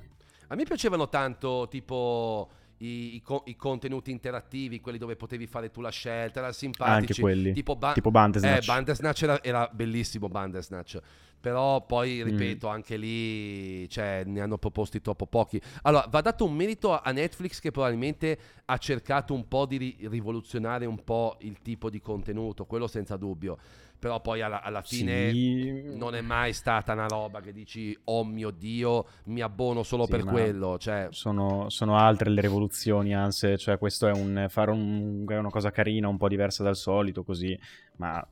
C: A me piacevano tanto tipo i, i co- i contenuti interattivi, quelli dove potevi fare tu la scelta, erano
A: anche
C: simpatici.
A: quelli. Tipo,
C: Tipo, ba-
A: Bandersnatch.
C: Eh, Bandersnatch era, era bellissimo Bandersnatch. Però poi,
A: Mm.
C: ripeto, anche lì cioè, ne hanno proposti troppo pochi. Allora, va dato un merito a Netflix che probabilmente ha cercato un po' di ri- rivoluzionare un po' il tipo di contenuto, quello senza dubbio. Però poi alla, alla fine
A: Sì.
C: non è mai stata una roba che dici, oh mio Dio, mi abbono solo
A: Sì,
C: per
A: ma-
C: quello. Cioè,
A: Sono, sono altre le rivoluzioni, anzi, cioè questo è un fare un- è una cosa carina, un po' diversa dal solito, così, ma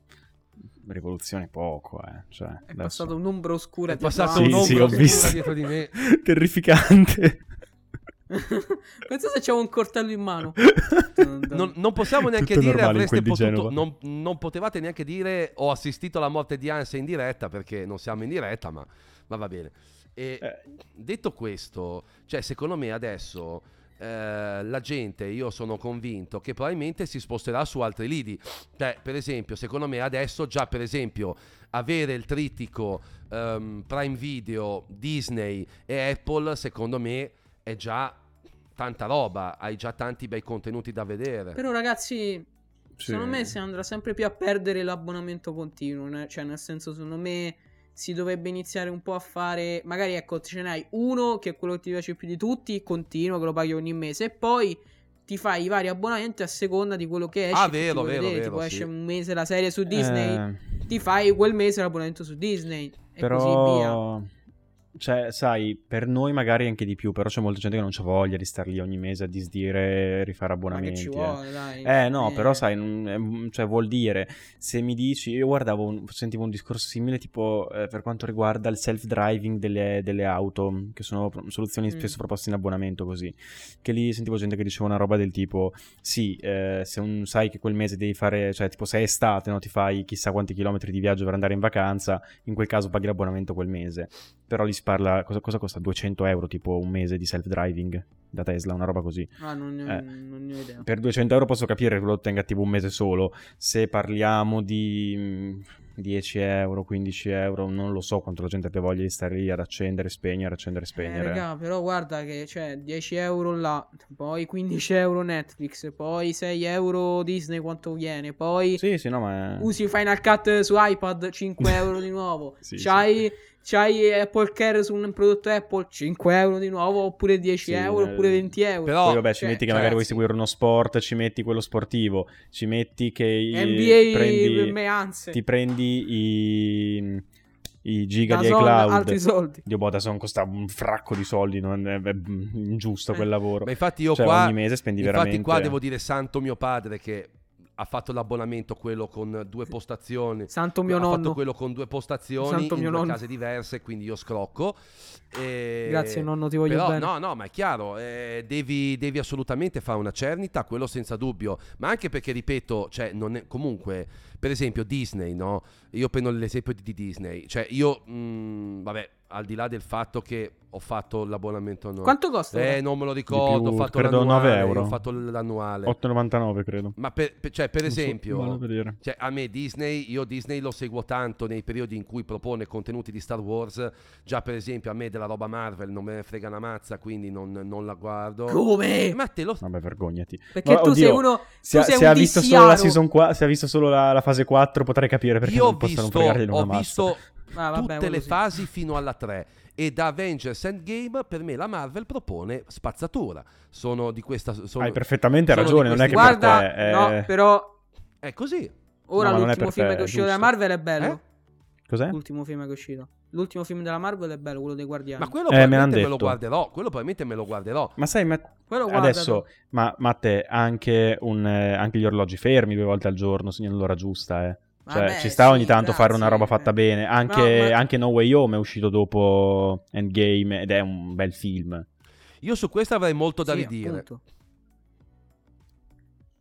A: rivoluzione poco, eh. Cioè,
B: È
A: adesso-
B: passato un'ombra oscura
C: È
B: dietro
C: passato
B: a-
A: Sì,
C: un
A: sì,
C: ombra
A: ho visto.
C: dietro di me.
A: Terrificante.
B: Penso se c'avevo un coltello in mano.
C: non, non possiamo neanche
A: Tutto
C: dire
A: normale in
C: avreste
A: quel di Genova.
C: potuto non, non potevate neanche dire ho assistito alla morte di Hans in diretta perché non siamo in diretta ma, ma va bene e
A: Eh.
C: detto questo cioè secondo me adesso eh, la gente io sono convinto che probabilmente si sposterà su altri lidi cioè per esempio secondo me adesso già per esempio avere il trittico ehm, Prime Video Disney e Apple secondo me è già tanta roba hai già tanti bei contenuti da vedere
B: Però ragazzi,
A: Sì.
B: secondo me si andrà sempre più a perdere l'abbonamento continuo, ne- cioè nel senso secondo me si dovrebbe iniziare un po' a fare, magari ecco, ce n'hai uno che è quello che ti piace più di tutti, continuo, che lo paghi ogni mese e poi ti fai i vari abbonamenti a seconda di quello che esce,
C: Ah,
B: e che ti
C: vero,
B: vuoi
C: vero,
B: vedere,
C: vero,
B: tipo
C: sì.
B: esce un mese la serie su Disney,
A: Eh,
B: ti fai quel mese l'abbonamento su Disney e così via.
A: però cioè, sai, per noi magari anche di più, però c'è molta gente che non c'ha voglia di star lì ogni mese a disdire, rifare
B: Ma che
A: abbonamenti.
B: ci
A: eh.
B: vuole, dai.
A: Eh no,
B: Eh.
A: però sai, non- è un- cioè, vuol dire, se mi dici, io guardavo, un- sentivo un discorso simile tipo eh, per quanto riguarda il self-driving delle, delle auto, che sono pro- soluzioni
B: Mm.
A: spesso proposte in abbonamento così, che lì sentivo gente che diceva una roba del tipo, sì, eh, se un- sai che quel mese devi fare, cioè tipo se è estate, no, ti fai chissà quanti chilometri di viaggio per andare in vacanza, in quel caso paghi l'abbonamento quel mese, però lì si parla, cosa, cosa costa? 200 euro tipo un mese di self-driving da Tesla, una roba così
B: Ah, non ne ho,
A: eh.
B: non ne ho idea.
A: per 200 euro posso capire che lo ottenga tipo un mese solo. Se parliamo di mh, 10 euro, 15 euro, non lo so quanto la gente abbia voglia di stare lì ad accendere, spegnere, accendere,
B: Eh,
A: spegnere.
B: raga, però guarda che c'è 10 euro là, poi 15 euro Netflix, poi 6 euro Disney quanto viene, poi
A: sì, sì, no, ma.
B: usi Final Cut su iPad 5 euro di nuovo,
A: Sì,
B: c'hai, c'hai Apple Care su un prodotto Apple 5 euro di nuovo oppure 10
A: Sì,
B: euro
A: eh,
B: oppure 20 euro.
C: però-
A: Poi vabbè, ci
B: cioè,
A: metti che
C: cioè,
A: magari vuoi
C: sì.
A: seguire uno sport, ci metti quello sportivo, ci metti che i-
B: NBA
A: prendi-
B: meanze,
A: ti prendi i, i giga di
B: Amazon,
A: iCloud.
B: altri soldi.
A: Dio boh, sono costa un fracco di soldi, non è, è ingiusto
B: Eh.
A: quel lavoro.
C: Ma infatti io
A: Cioè,
C: qua,
A: ogni mese spendi
C: infatti
A: veramente.
C: qua devo dire santo mio padre che ha fatto l'abbonamento quello con due postazioni.
B: Santo mio
C: ha fatto
B: nonno.
C: quello con due postazioni
B: Santo
C: in
B: mio
C: due
B: nonno.
C: case diverse, quindi io scrocco. E-
B: Grazie nonno, ti voglio
C: Però
B: bene.
C: no, no, ma è chiaro, eh, devi, devi assolutamente fare una cernita, quello senza dubbio, ma anche perché, ripeto, cioè, non è- comunque, per esempio Disney, mm, no? Io prendo l'esempio di, di Disney, cioè io, mh, vabbè, al di là del fatto che ho fatto l'abbonamento annuale.
B: Quanto costa?
C: Eh, non me lo ricordo,
A: più,
C: ho fatto
A: credo,
C: l'annuale,
A: 9 euro.
C: ho fatto l'annuale.
A: 8,99 credo.
C: Ma per, per- cioè, per esempio,
A: Non so- vado a vedere.
C: Cioè, a me Disney, io Disney lo seguo tanto nei periodi in cui propone contenuti di Star Wars. Già, per esempio, a me della roba Marvel non me ne frega una mazza, quindi non, non la guardo. Eh,
B: Come?
C: Ma te lo
A: Vabbè, vergognati.
B: Perché
A: Ma,
B: tu sei
A: oddio,
B: uno.
A: Se,
B: tu
A: ha-
B: sei
A: se
B: un
A: ha visto solo la
B: dissiaro.
A: season qua, se ha visto solo la, la fase 4, potrei capire perché
C: Io ho
A: non possono
C: visto,
A: fregargli una
C: ho
A: mazza.
C: visto
B: Ah, vabbè,
C: tutte
B: quello
C: le
B: sì.
C: fasi fino alla 3 e da Avengers Endgame per me la Marvel propone spazzatura. Sono di questa... Sono...
A: Hai perfettamente
C: sono di
A: ragione, non è che
C: questi-
A: per
B: Guarda,
A: te, eh,
B: no, però.
C: È così.
B: Ora
A: No, ma non è
B: l'ultimo
A: per
B: film
A: te,
B: che è uscito
A: giusto.
B: dalla Marvel è bello.
C: Eh?
A: Cos'è?
B: L'ultimo film che è uscito. L'ultimo film della Marvel è bello, quello dei Guardiani.
C: Ma quello
A: Eh, me l'han
C: probabilmente me, lo
A: detto.
C: guarderò. Quello probabilmente me lo guarderò.
A: Ma sai, ma
B: Quello guarda
A: adesso, ma, ma te, anche, un, eh, anche gli orologi fermi due volte al giorno segnano l'ora giusta, eh.
C: Ah,
A: Cioè,
B: Vabbè,
A: ci sta ogni
B: sì,
A: tanto fare una
B: grazie.
A: roba fatta bene. Anche,
B: No, ma-
A: anche No Way Home è uscito dopo Endgame ed è un bel film.
C: Io su questo avrei molto da
B: Sì,
C: ridire.
B: appunto.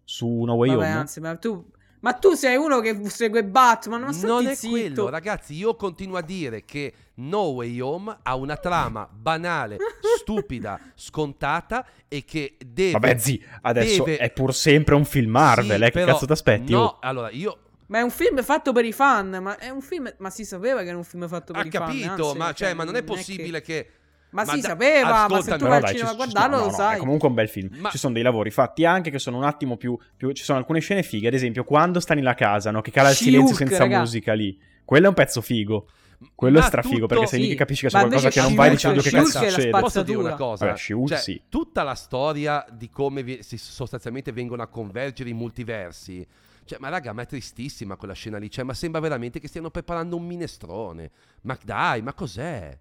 A: Su No Way
B: Vabbè,
A: Home?
B: anzi, ma tu. Ma tu sei uno che segue Batman, ma
C: non
B: stati
C: è
B: zitto.
C: quello, ragazzi. Io continuo a dire che No Way Home ha una trama banale, stupida, scontata e che deve.
A: Vabbè, zi, adesso
C: deve-
A: è pur sempre un film Marvel,
C: Sì,
A: eh, che
C: però-
A: cazzo t'aspetti? oh?
C: No, allora io
B: Ma è un film fatto per i fan, ma è un film... Ma si sapeva che era un film fatto per
C: ha
B: i fan,
C: capito,
B: anzi,
C: ma, cioè, ma Ah, non è
B: che-
C: possibile che...
B: Ma,
C: ma
B: si
C: da-
B: sapeva, ma se tu
C: ascoltami,
A: Però
B: vai al
A: dai,
B: cinema a
A: ci- ci-
B: guardarlo
A: no,
B: lo
A: no,
B: sai.
A: È comunque un bel film.
C: Ma-
A: Ci sono dei lavori fatti anche che sono un attimo più, più- Ci sono alcune scene fighe. Ad esempio, quando sta nella casa, no? Che cala il
B: She-Hulk,
A: silenzio senza
B: raga.
A: musica lì. Quello è un pezzo figo. Quello è
C: Ma
A: strafigo
C: tutto-
A: perché sei lì
B: sì,
A: che capisci che c'è
B: ma
A: qualcosa
B: invece
A: che non vai
B: She-Hulk-
A: dicendo che
B: She-Hulk
A: cazzo
B: è la
A: succede.
B: spazzatura.
C: Posso dire una cosa?
A: Vabbè, She-Hulk
C: Cioè,
A: sì.
C: Tutta la storia di come vi- si- sostanzialmente vengono a convergere i multiversi. Cioè, ma raga, ma è tristissima quella scena lì. Cioè, ma sembra veramente che stiano preparando un minestrone. Ma dai, ma cos'è?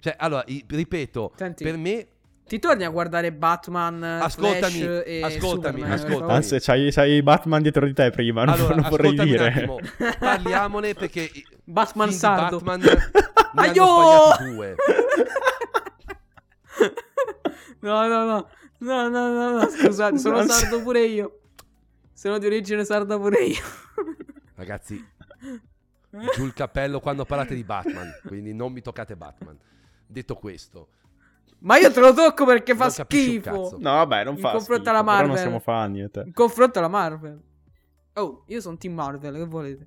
C: Cioè, allora, i- ripeto,
B: Senti,
C: per me...
B: ti torni a guardare Batman, eh,
C: Ascoltami,
B: Flash e
C: ascoltami,
B: Superman, per
C: ascoltami.
B: favore?
A: Anzi, c'hai, c'hai Batman dietro di te prima. non-
C: Allora,
A: non vorrei
C: ascoltami
A: dire.
C: un attimo, parliamone perché... i-
B: Batman
C: film di
B: sardo.
C: Batman ne hanno
B: Aio!
C: sbagliati due.
B: no, no, no. No, no, no, no, scusate, sono
A: Anzi-
B: sardo pure io. Sono di origine sarda pure io.
C: Ragazzi, giù il cappello quando parlate di Batman. Quindi non mi toccate Batman. Detto questo,
B: Ma io te lo tocco perché fa
C: Non capisci un
B: schifo.
C: cazzo.
A: No, vabbè, non
B: In
A: fa.
B: confronto
A: schifo,
B: alla
A: però non
B: Marvel.
A: siamo fan io e te.
B: In confronto alla Marvel. Oh, io sono team Marvel, che volete?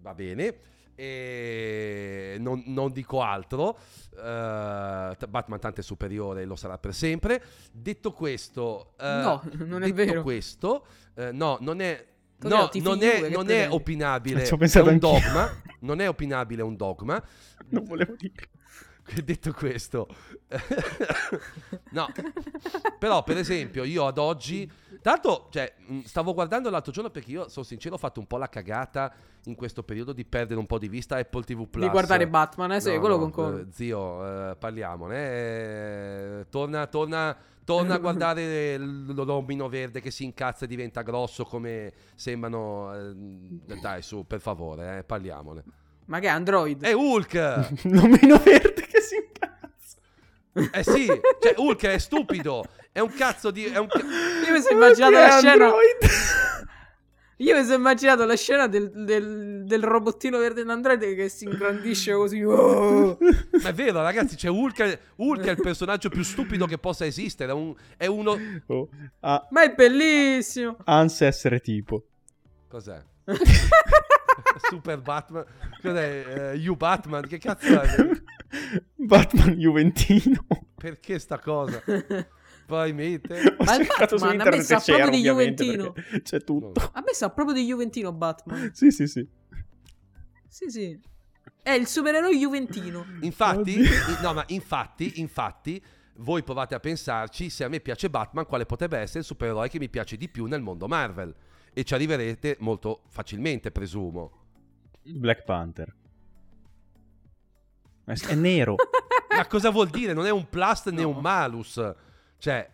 C: va bene. E non, non dico altro. Eh, t- Batman tanto è superiore e lo sarà per sempre. Detto questo, eh,
B: No, non è
C: detto
B: vero.
C: questo, eh, no, non è.
B: Cos'è,
C: no,
B: ti
C: non
B: fidi
C: è,
B: due, che
C: non è
B: pretendi?
C: opinabile.
A: Ci ho pensato
C: è un
A: anch'io.
C: dogma. Non è opinabile, è un dogma.
A: Non volevo dire.
C: Detto questo, no, però per esempio io ad oggi, tanto cioè, mh, stavo guardando l'altro giorno perché io sono sincero ho fatto un po' la cagata in questo periodo di perdere un po' di vista Apple TV Plus.
B: Di guardare Batman, eh, sì,
C: No,
B: quello
C: no,
B: concordo.
C: eh, Zio, eh, parliamone. eh, torna, torna, torna a guardare l- l'omino verde che si incazza e diventa grosso come sembrano... eh, dai su, per favore, eh, parliamone.
B: Ma che è Android?
C: È Hulk!
A: non meno verde che si incazza.
C: Eh sì, cioè Hulk è stupido, è un cazzo di... È un... ca-
B: Io mi sono immaginato
A: Perché
B: la scena.
A: Android?
B: Io mi sono immaginato la scena del, del, del robottino verde in Android che si ingrandisce così. oh.
C: Ma è vero ragazzi, cioè Hulk, Hulk è il personaggio più stupido che possa esistere, è, un- è uno...
A: Oh, ah,
B: Ma è bellissimo.
A: ansia essere tipo.
C: Cos'è? Super Batman? Cos'è? Eh, you Batman? Che cazzo è?
A: Batman Juventino.
C: Perché sta cosa? Probabilmente...
A: Ho
B: Ma il
A: cercato su
B: Batman ha
A: internet
B: messo a
A: e c'era,
B: proprio di
A: ovviamente,
B: Juventino.
A: perché C'è tutto.
B: A me sa proprio di Juventino Batman.
A: Sì, sì, sì.
B: Sì, sì. È il supereroe Juventino.
C: Infatti,
A: Oddio.
C: i- no, ma infatti, infatti, voi provate a pensarci se a me piace Batman, quale potrebbe essere il supereroe che mi piace di più nel mondo Marvel. E ci arriverete molto facilmente, presumo.
A: Black Panther. Ma È nero.
C: Ma cosa vuol dire? Non è un plus né un malus. Cioè,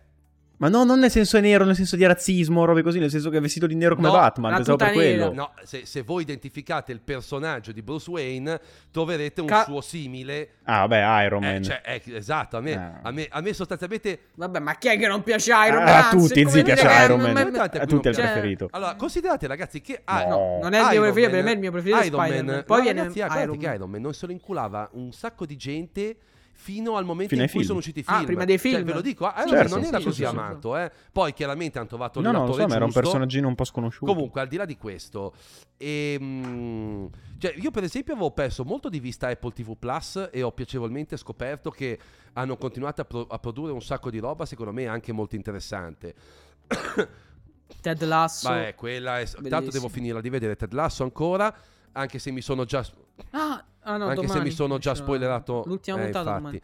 A: Ma no, non nel senso è nero, nel senso di razzismo, robe così, nel senso che è vestito di nero come
C: No,
A: Batman,
B: la
A: pensavo per
B: tuta nera.
A: quello.
C: no, se, se voi identificate il personaggio di Bruce Wayne, troverete un
B: Ca-
C: suo simile.
A: Ah, vabbè, Iron Man.
C: Eh, cioè, eh, esatto, a me,
A: Ah.
C: a me- a me sostanzialmente...
B: Vabbè, ma chi è che non piace Iron Man?
A: Ah, a
B: Anzi,
A: tutti,
B: come
A: zii,
B: dire
A: piace
B: che-
A: Iron
B: ma-
A: Man.
B: ma-
C: Guardate,
A: A tutti è il
B: cioè-
A: preferito.
C: Allora, considerate ragazzi che... ah,
A: No.
B: No, non è il mio
C: Iron
B: preferito,
C: Man.
B: per me il mio preferito è
C: Iron Man.
B: Spider-Man. Poi
C: No,
B: viene
C: ragazzi, ah,
B: Iron
C: guardate che
B: Man.
C: Iron Man non se lo inculava un sacco di gente fino al momento
A: Fino
C: in
A: ai
C: cui
A: film.
C: sono usciti i
B: Ah,
C: film.
B: prima dei
C: Cioè,
B: film.
C: ve lo dico, ah,
B: Sì,
C: allora
A: sì, certo,
C: non
A: sì,
C: era
A: sì, sì,
C: così
A: sì.
C: amato. eh. Poi chiaramente hanno trovato
A: No, no,
C: l'attore
A: insomma, era un
C: giusto.
A: personaggino un po' sconosciuto.
C: Comunque, al di là di questo, ehm, cioè, io per esempio avevo perso molto di vista Apple TV Plus e ho piacevolmente scoperto che hanno continuato a, pro- a produrre un sacco di roba, secondo me anche molto interessante.
B: Ted Lasso.
C: Vabbè, quella è... Tanto
B: Bellissimo.
C: devo finirla di vedere Ted Lasso ancora, anche se mi sono già...
B: Ah, ah, no,
C: anche se
B: domani.
C: mi sono già
B: Esce la-
C: spoilerato
B: L'ultima
C: eh,
B: puntata
C: infatti.
B: domani.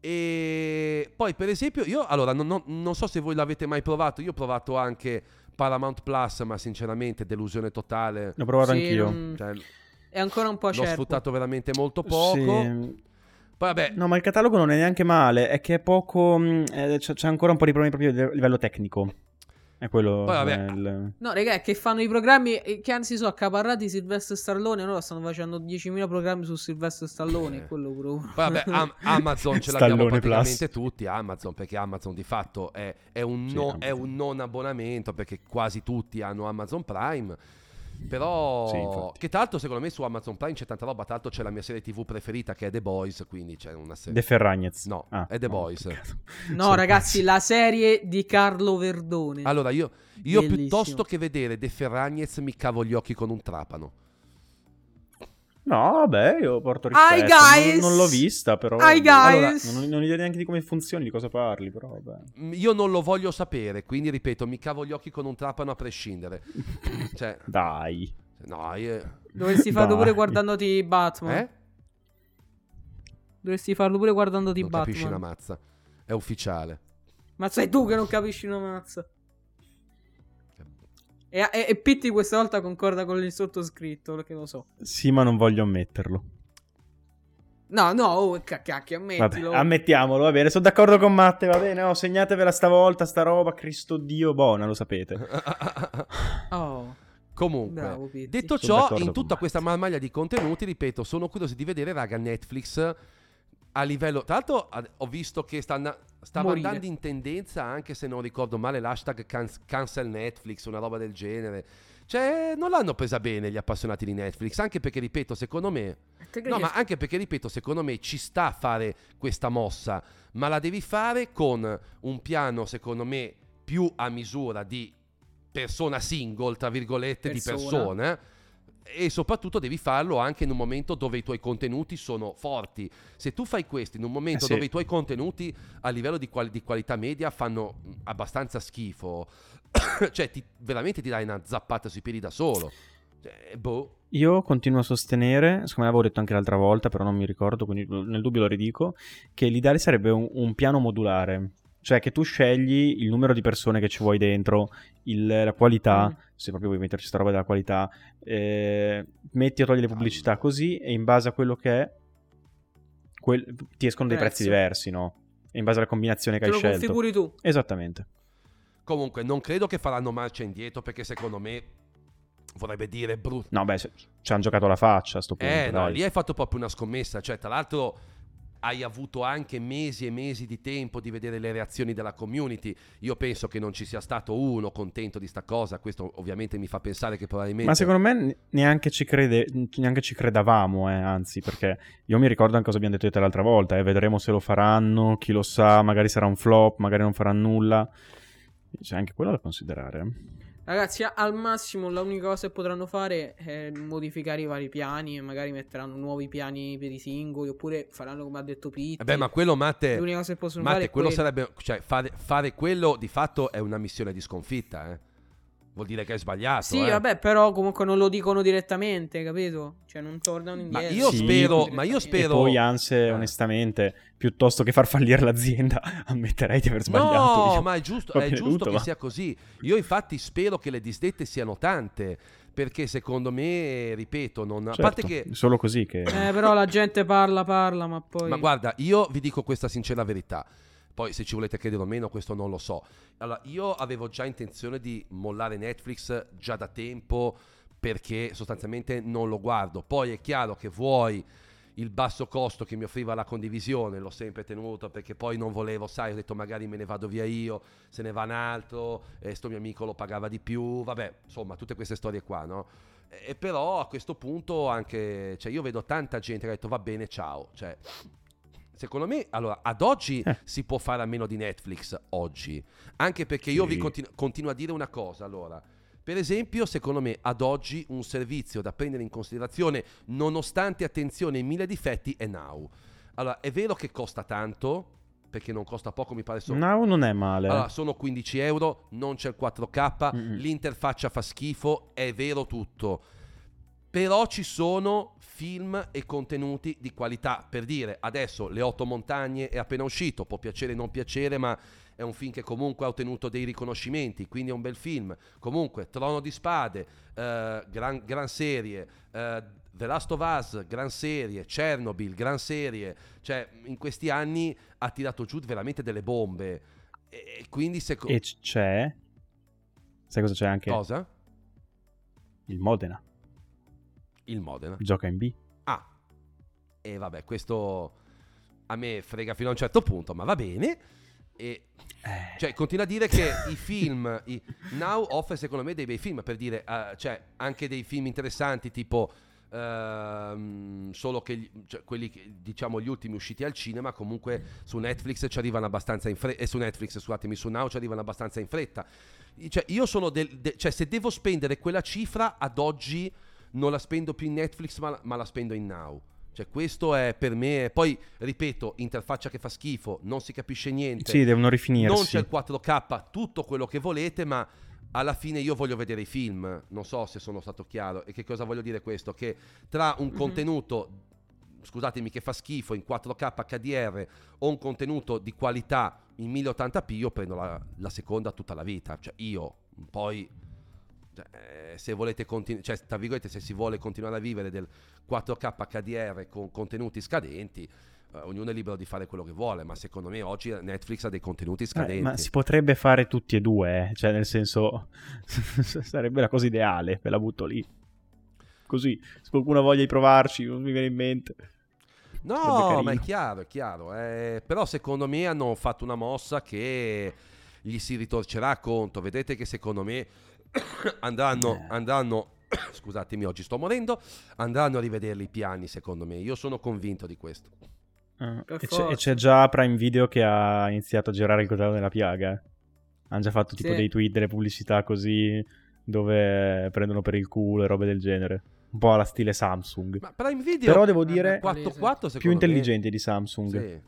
C: E poi, per esempio, io allora non, non- non so se voi l'avete mai provato. Io ho provato anche Paramount Plus, ma sinceramente, delusione totale.
A: L'ho provato
B: Sì,
A: anch'io.
B: non-
C: Cioè,
B: È ancora un po' certo.
C: l'ho
B: acerbo.
C: sfruttato veramente molto poco.
A: Sì.
C: Poi, vabbè,
A: No, ma il catalogo non è neanche male, è che è poco. mh, eh, c'è, c'è ancora un po' di problemi proprio a livello tecnico. È quello.
C: Poi vabbè,
A: eh, il-
B: No, raga, è che fanno i programmi eh, che anzi sono accaparrati Silvestro Stallone. Ora stanno facendo 10.000 programmi su Silvestro Stallone.
C: Eh.
B: Quello pure. uno.
C: Poi vabbè, Am- Amazon ce l'abbiamo
A: Stallone
C: praticamente tutti, Amazon, perché Amazon di fatto è, è un,
A: Sì,
C: no-
A: Amazon.
C: è un non abbonamento, perché quasi tutti hanno Amazon Prime. Però,
A: Sì, infatti.
C: che tanto secondo me su Amazon Prime c'è tanta roba, tanto c'è la mia serie TV preferita che è The Boys, quindi c'è una serie...
A: De Ferragnez.
C: No, è The Boys.
A: peccato.
B: No,
A: Sì.
B: ragazzi, la serie di Carlo Verdone.
C: Allora, io, io
B: Bellissimo.
C: piuttosto che vedere De Ferragnez mi cavo gli occhi con un trapano.
A: No, vabbè, io porto rispetto.
B: Hi, guys!
A: Non, non l'ho vista, però.
B: Hi, guys!
A: Allora, non, non ho idea neanche di come funzioni, di cosa parli, però vabbè.
C: Mm, Io non lo voglio sapere, quindi ripeto, mi cavo gli occhi con un trapano a prescindere. cioè,
A: Dai.
C: no, io...
B: Dovresti farlo pure
A: Dai.
B: guardandoti Batman.
C: Eh?
B: Dovresti farlo pure guardandoti
C: non capisci una
B: Batman.
C: mazza. È ufficiale.
B: Ma sei tu che non capisci una mazza. E, e, e Pitti questa volta concorda con il sottoscritto, perché lo so.
A: Sì, ma non voglio ammetterlo.
B: No, no, oh, ca- cacchio,
A: Vabbè,
B: ammettilo.
A: ammettiamolo, va bene. Sono d'accordo con Matte, va bene. Oh, segnatevela stavolta, sta roba. Cristo Dio, buona, lo sapete.
B: Oh,
C: Comunque,
B: bravo Pitti.
A: Sono
C: detto ciò,
A: d'accordo
C: in
A: con
C: tutta
A: Matt.
C: questa marmaglia di contenuti, ripeto, sono curioso di vedere, raga, Netflix a livello... Tra l'altro ad- ho visto che sta, anna- stava
B: Morire.
C: andando in tendenza, anche se non ricordo male, l'hashtag can- cancel Netflix, una roba del genere. Cioè, non l'hanno presa bene gli appassionati di Netflix, anche perché, ripeto, secondo me...
B: Te credi
C: No,
B: che-
C: ma anche perché, ripeto, secondo me ci sta a fare questa mossa, ma la devi fare con un piano, secondo me, più a misura di persona single, tra virgolette, di
B: Persona.
C: persona. E soprattutto devi farlo anche in un momento dove i tuoi contenuti sono forti. Se tu fai questo in un momento
A: Eh sì.
C: dove i tuoi contenuti a livello di, quali- di qualità media fanno mh, abbastanza schifo, cioè ti- veramente ti dai una zappata sui piedi da solo. Cioè, boh.
A: Io continuo a sostenere, secondo me l'avevo detto anche l'altra volta, però non mi ricordo, quindi nel dubbio lo ridico, che l'ideale sarebbe un, un piano modulare. Cioè che tu scegli il numero di persone che ci vuoi dentro, il- la qualità,
B: Mm.
A: se proprio vuoi metterci sta roba della qualità, eh, metti e togli
B: Ah,
A: le pubblicità così e in base a quello che è, quel- ti escono dei prezzi
B: Prezzo.
A: diversi, no? E in base alla combinazione che
B: Te
A: hai
B: lo
A: scelto.
B: configuri tu.
A: Esattamente.
C: Comunque, non credo che faranno marcia indietro perché secondo me vorrebbe dire brutto.
A: No, beh, se- ci hanno giocato la faccia a sto punto.
C: Eh, no,
A: dai.
C: lì hai fatto proprio una scommessa. Cioè, tra l'altro, hai avuto anche mesi e mesi di tempo di vedere le reazioni della community. Io penso che non ci sia stato uno contento di sta cosa. Questo ovviamente mi fa pensare che probabilmente.
A: Ma secondo me ne- neanche ci, crede, neanche ci credavamo, eh, anzi, perché io mi ricordo anche cosa abbiamo detto io e te l'altra volta, eh, vedremo se lo faranno, chi lo sa, magari sarà un flop, magari non farà nulla. C'è anche quello da considerare.
B: Ragazzi, a- al massimo l'unica cosa che potranno fare è modificare i vari piani e magari metteranno nuovi piani per i singoli oppure faranno come ha detto Pitti.
C: Vabbè, Eh ma quello, Matte.
B: L'unica cosa che possono
C: Matte,
B: fare è
C: quello
B: quella.
C: sarebbe. Cioè, fare, fare quello di fatto è una missione di sconfitta, eh. Vuol dire che hai sbagliato.
B: Sì,
C: eh.
B: vabbè, però comunque non lo dicono direttamente, capito? Cioè non tornano
C: Ma
B: indietro.
C: io
A: Sì.
C: spero. Ma io spero.
A: E poi, Anse,
C: Eh.
A: onestamente, piuttosto che far fallire l'azienda, ammetterei di aver sbagliato.
C: No,
A: io.
C: ma è giusto,
A: Va
C: è
A: bene
C: giusto
A: tutto,
C: che
A: ma-
C: sia così. Io infatti spero che le disdette siano tante, perché secondo me, ripeto, non... a parte
A: Certo,
C: che...
A: è Solo così che...
B: Eh, però la gente parla, parla, ma poi...
C: Ma guarda, io vi dico questa sincera verità. Poi se ci volete credere o meno, questo non lo so. Allora, io avevo già intenzione di mollare Netflix già da tempo perché sostanzialmente non lo guardo. Poi è chiaro che vuoi il basso costo che mi offriva la condivisione, l'ho sempre tenuto perché poi non volevo, sai, ho detto magari me ne vado via io, se ne va un altro, e sto mio amico lo pagava di più, vabbè, insomma, tutte queste storie qua, no? E e però a questo punto anche, cioè io vedo tanta gente che ha detto va bene, ciao, cioè Secondo me, allora, ad oggi
A: Eh.
C: si può fare a meno di Netflix, oggi. Anche perché io
A: Sì.
C: vi continu- continuo a dire una cosa, allora. Per esempio, secondo me, ad oggi un servizio da prendere in considerazione, nonostante, attenzione, i mille difetti, è Now. Allora, è vero che costa tanto, perché non costa poco, mi pare solo...
A: Now non è male.
C: Allora, sono 15 euro, non c'è il 4K,
A: Mm-mm.
C: l'interfaccia fa schifo, è vero tutto. Però ci sono film e contenuti di qualità. Per dire, adesso Le Otto Montagne è appena uscito, può piacere o non piacere, ma è un film che comunque ha ottenuto dei riconoscimenti, quindi è un bel film. Comunque, Trono di Spade, eh, gran, gran serie, eh, The Last of Us, gran serie, Chernobyl, gran serie. Cioè, in questi anni ha tirato giù veramente delle bombe. E, e quindi secondo...
A: E c- c'è... Sai cosa c'è anche?
C: Cosa?
A: Il Modena.
C: Il Modena.
A: Gioca in B.
C: Ah, e vabbè, questo a me frega fino a un certo punto, ma va bene. E
A: Eh.
C: Cioè, continua a dire che i film, i- Now offre secondo me dei bei film, per dire, eh, cioè, anche dei film interessanti tipo, ehm, solo che gli- cioè, quelli, che, diciamo, gli ultimi usciti al cinema, comunque su Netflix ci arrivano abbastanza in fretta, e su Netflix, scusatemi, su Now ci arrivano abbastanza in fretta. Cioè, io sono del, de- cioè, se devo spendere quella cifra, ad oggi non la spendo più in Netflix, ma, ma la spendo in Now. Cioè, questo è per me. Poi, ripeto, interfaccia che fa schifo, non si capisce niente
A: Sì, devono
C: non
A: rifinirsi.
C: c'è il 4K, tutto quello che volete, ma alla fine io voglio vedere i film. Non so se sono stato chiaro. E che cosa voglio dire questo? Che tra un
B: Mhm.
C: contenuto, scusatemi, che fa schifo in 4K HDR o un contenuto di qualità in 1080p, io prendo la, la seconda tutta la vita. Cioè, io poi. cioè, eh, se volete continuare, cioè, tra virgolette, se si vuole continuare a vivere del 4K HDR con contenuti scadenti, eh, ognuno è libero di fare quello che vuole, ma secondo me oggi Netflix ha dei contenuti
A: Eh,
C: scadenti.
A: ma si potrebbe fare tutti e due, eh. cioè nel senso sarebbe la cosa ideale, ve la butto lì. Così, se qualcuno ha voglia di provarci, non mi viene in mente. Sarebbe
C: No,
A: carino.
C: ma è chiaro, è chiaro. eh, però secondo me hanno fatto una mossa che gli si ritorcerà contro. Vedete che secondo me andranno,
A: Eh.
C: andranno scusatemi oggi sto morendo, andranno a rivederli i piani secondo me. Io sono convinto di questo.
A: Eh,
B: Per
A: E c'è,
B: forza.
A: e c'è già Prime Video che ha iniziato a girare il coltello della piaga. eh. Hanno già fatto tipo
B: Sì.
A: dei tweet, delle pubblicità così dove prendono per il culo e robe del genere. Un po' alla stile Samsung.
C: Ma Prime Video
A: Però devo dire
C: 4-4 secondo
A: più intelligenti
C: me-
A: di Samsung.
C: Sì.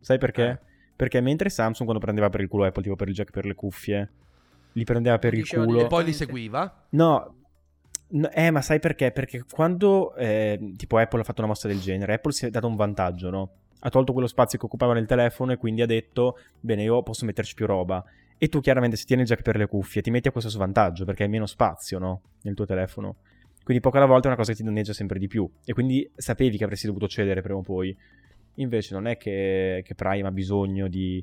A: Sai perché?
C: Eh.
A: Perché mentre Samsung quando prendeva per il culo Apple, tipo per il jack per le cuffie, li prendeva per il
B: Diceva di
A: culo.
C: E poi li
B: Esattamente.
C: seguiva.
A: No, no, eh, ma sai perché? Perché quando eh, tipo Apple ha fatto una mossa del genere, Apple si è dato un vantaggio, no? Ha tolto quello spazio che occupava nel telefono e quindi ha detto, bene, io posso metterci più roba. E tu chiaramente se tieni il jack per le cuffie ti metti a questo svantaggio perché hai meno spazio, no? Nel tuo telefono. Quindi poco alla volta è una cosa che ti danneggia sempre di più. E quindi sapevi che avresti dovuto cedere prima o poi. Invece non è che, che Prime ha bisogno di,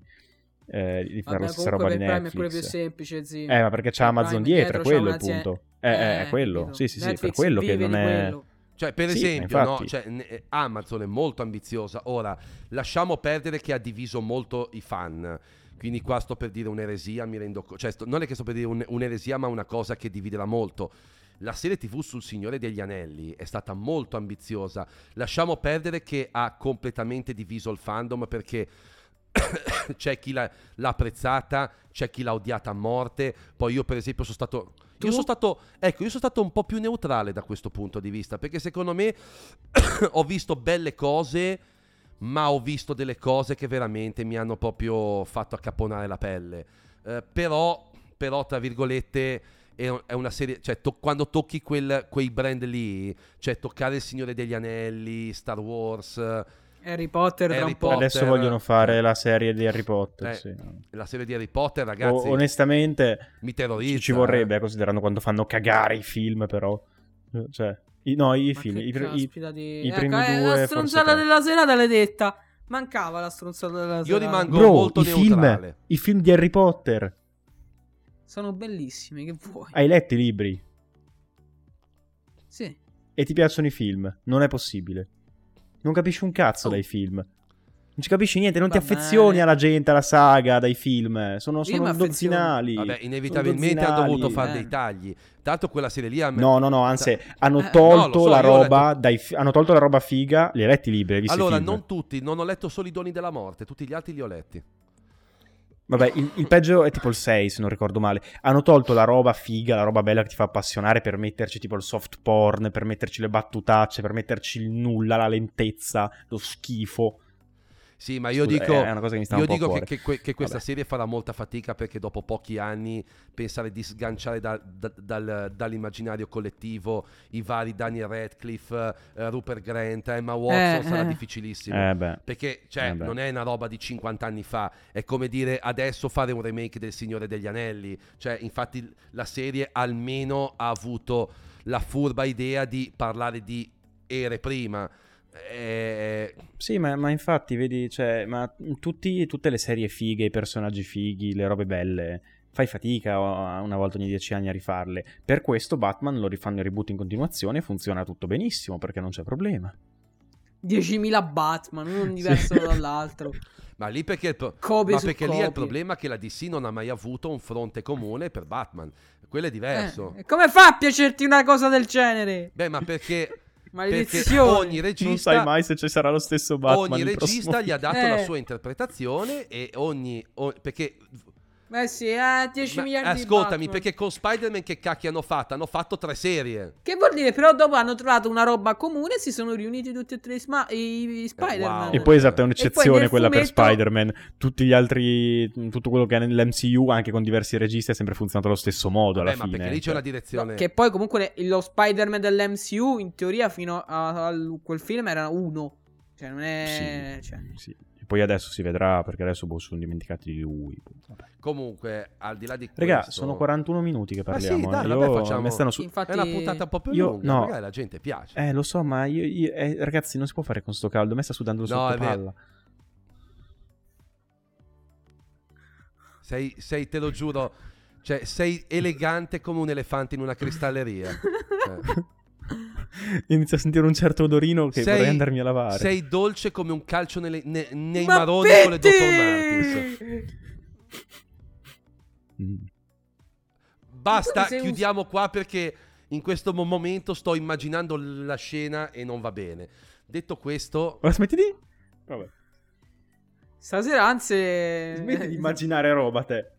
A: eh, di fare la
B: Vabbè,
A: stessa
B: comunque
A: roba
B: per
A: di
B: Prime
A: Netflix.
B: è pure più semplice, zio.
A: Eh, ma perché c'ha
B: Prime
A: Amazon dietro, è
B: dietro, c'ha
A: quello il
B: un'azienda-
A: punto. Eh, eh, è quello.
B: capito.
A: Sì, sì, sì, è per
B: Netflix
A: quello che
B: vive
A: non
B: di
A: è...
B: quello.
C: Cioè, per
A: Sì,
C: esempio,
A: ma
C: no?
A: infatti.
C: Cioè, ne- eh, Amazon è molto ambiziosa. Ora, lasciamo perdere che ha diviso molto i fan. Quindi qua sto per dire un'eresia, mi rendo conto. Cioè, sto- non è che sto per dire un- un'eresia, ma una cosa che dividerà molto. La serie TV sul Signore degli Anelli è stata molto ambiziosa. Lasciamo perdere che ha completamente diviso il fandom perché c'è chi l'ha, l'ha apprezzata, c'è chi l'ha odiata a morte. Poi io, per esempio, sono stato. Io
B: Tu?
C: sono stato, ecco, io sono stato un po' più neutrale da questo punto di vista, perché secondo me ho visto belle cose, ma ho visto delle cose che veramente mi hanno proprio fatto accapponare la pelle. Eh, però, però, tra virgolette, è, è una serie, cioè to- quando tocchi quel- quei brand lì, cioè toccare Il Signore degli Anelli, Star Wars,
B: Harry Potter tra
C: Harry
B: un po'.
C: Potter.
A: Adesso vogliono fare
C: Eh.
A: la serie di Harry Potter,
C: Eh,
A: sì.
C: la serie di Harry Potter,
A: O-
C: ragazzi,
A: onestamente
C: mi
A: ci,
C: terrorizza.
A: ci vorrebbe, eh, considerando quanto fanno cagare i film, però. Eh, Cioè, i- no, i
B: Ma
A: film,
B: che
A: i, pr- i-
B: caspita di-
A: i
B: Ecco,
A: primi
B: eh,
A: due,
B: la
A: forse
B: stronzata
A: tre.
B: della serata l'hai detta. Mancava la stronzata della serata.
C: Io rimango
A: Bro,
C: molto
A: i film,
C: neutrale.
A: i film di Harry Potter.
B: Sono bellissime, che vuoi?
C: Eh.
A: Hai letto i libri
B: Sì.
A: e ti piacciono i film. Non è possibile. Non capisci un cazzo
B: Oh.
A: dai film. ci capisci niente, non
B: Va
A: ti affezioni
B: bene.
A: alla gente, alla saga, dai film. Sono, sono
B: Io mi affeziono.
A: dozzinali.
C: Vabbè, inevitabilmente ha
A: dozzinali.
C: dovuto fare
B: Eh.
C: dei tagli. Tanto quella serie lì a me- Cioè,
A: No, no, no, anzi, hanno
B: Eh,
A: tolto
C: no, lo so,
A: la
C: io ho
A: roba dai fi- hanno tolto la roba figa, li hai letti liberi, visto i
C: Allora,
A: film?
C: non tutti, non ho letto solo i doni della morte, tutti gli altri li ho letti.
A: Vabbè, il, il peggio è tipo il 6, se non ricordo male. Hanno tolto la roba figa, la roba bella che ti fa appassionare per metterci tipo il soft porn, per metterci le battutacce, per metterci il nulla, la lentezza, lo schifo.
C: Sì, ma Ah, io
A: Scusa, eh,
C: dico,
A: è una cosa che mi sta
C: io
A: un po' a
C: dico che,
A: cuore.
C: che que- che questa
A: Vabbè.
C: serie farà molta fatica perché dopo pochi anni pensare di sganciare da- da- dal- dall'immaginario collettivo i vari Daniel Radcliffe, eh, Rupert Grant, Emma Watson
B: Eh,
C: sarà
B: eh.
C: difficilissimo.
A: Eh beh.
C: Perché cioè,
A: Eh beh.
C: non è una roba di 50 anni fa, è come dire adesso fare un remake del Signore degli Anelli. Cioè, infatti la serie almeno ha avuto la furba idea di parlare di ere prima. Eh,
A: Sì, ma, ma infatti, vedi, cioè, ma tutti- tutte le serie fighe, i personaggi fighi, le robe belle, fai fatica o- una volta ogni dieci anni a rifarle. Per questo Batman lo rifanno in reboot in continuazione e funziona tutto benissimo, perché non c'è problema.
B: 10.000 Batman, uno diverso
A: Sì.
B: dall'altro.
C: ma lì perché il pro-
B: Kobe
C: Ma
B: su
C: perché lì è
B: copie.
C: il problema che la DC non ha mai avuto un fronte comune per Batman. Quello è diverso.
B: Eh, come fa a piacerti una cosa del genere?
C: Beh, ma perché, perché
B: Maledizione.
C: ogni
A: non
C: regista,
A: sai mai se ci sarà lo stesso Batman.
C: ogni
A: il
C: regista
A: prossimo
C: gli ha dato
B: Eh.
C: la sua interpretazione e ogni... o- perché...
B: Eh sì, eh, 10
C: ma-
B: miliardi di
C: ascoltami,
B: Batman.
C: perché con Spider-Man che cacchio hanno fatto? Hanno fatto tre serie.
B: Che vuol dire, però dopo hanno trovato una roba comune e si sono riuniti tutti e tre i, sma- i- i Spider-Man.
C: Eh, wow.
A: E poi esatto, è
B: E poi
A: un'eccezione
B: nel
A: quella per
B: fumetto-
A: Spider-Man. Tutti gli altri, tutto quello che è nell'MCU, anche con diversi registi, è sempre funzionato allo stesso modo alla
C: Beh, ma
A: fine. cioè.
C: perché lì c'è una
B: No,
C: direzione...
B: che poi comunque le- lo Spider-Man dell'MCU in teoria fino a, a quel film era uno. Cioè non è...
C: Eh,
A: Sì,
B: cioè.
A: sì. E poi adesso si vedrà, perché adesso boh, sono dimenticati di lui. boh. Vabbè.
C: Comunque, al di là di
A: Raga,
C: questo...
A: sono 41 minuti che
C: Ma sì,
A: parliamo. eh.
C: dai,
A: Io-
C: vabbè, facciamo-
A: a me stanno su-
B: Infatti...
C: È una puntata un po' più
A: Io-
C: lunga,
A: no.
C: magari alla gente piace.
A: Eh, lo so, ma io, io- eh, ragazzi, non si può fare con sto caldo. A me sta sudando lo
C: No, è vero.
A: sottopalla.
C: Sei, sei, te lo giuro, cioè, sei elegante come un elefante in una cristalleria. Eh.
A: Inizio a sentire un certo odorino che
C: Sei-
A: vorrei andarmi a lavare.
C: Cioè, Sei dolce come un calcio nelle- ne- nei
B: Ma
C: maroni con le
B: Pitti!
C: Dr. Martins.
A: Mm.
C: Basta,
B: Tu sei un-
C: chiudiamo qua perché in questo mo- momento sto immaginando la scena e non va bene. Detto questo,
A: Ora smetti di... Vabbè.
B: Stasera anzi... eh,
A: Smetti di immaginare roba, te.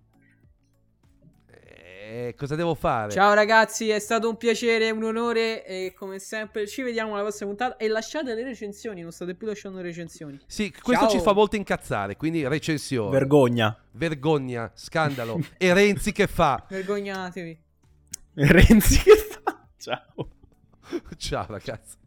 C: eh, cosa devo fare?
B: Ciao ragazzi, è stato un piacere, un onore e come sempre ci vediamo alla prossima puntata e lasciate le recensioni, non state più lasciando recensioni.
C: Sì, questo
B: Ciao.
C: ci fa molto incazzare, quindi recensione,
A: Vergogna.
C: vergogna, scandalo. e Renzi che fa?
B: Vergognatevi.
A: Renzi che fa? Ciao.
C: Ciao ragazzi.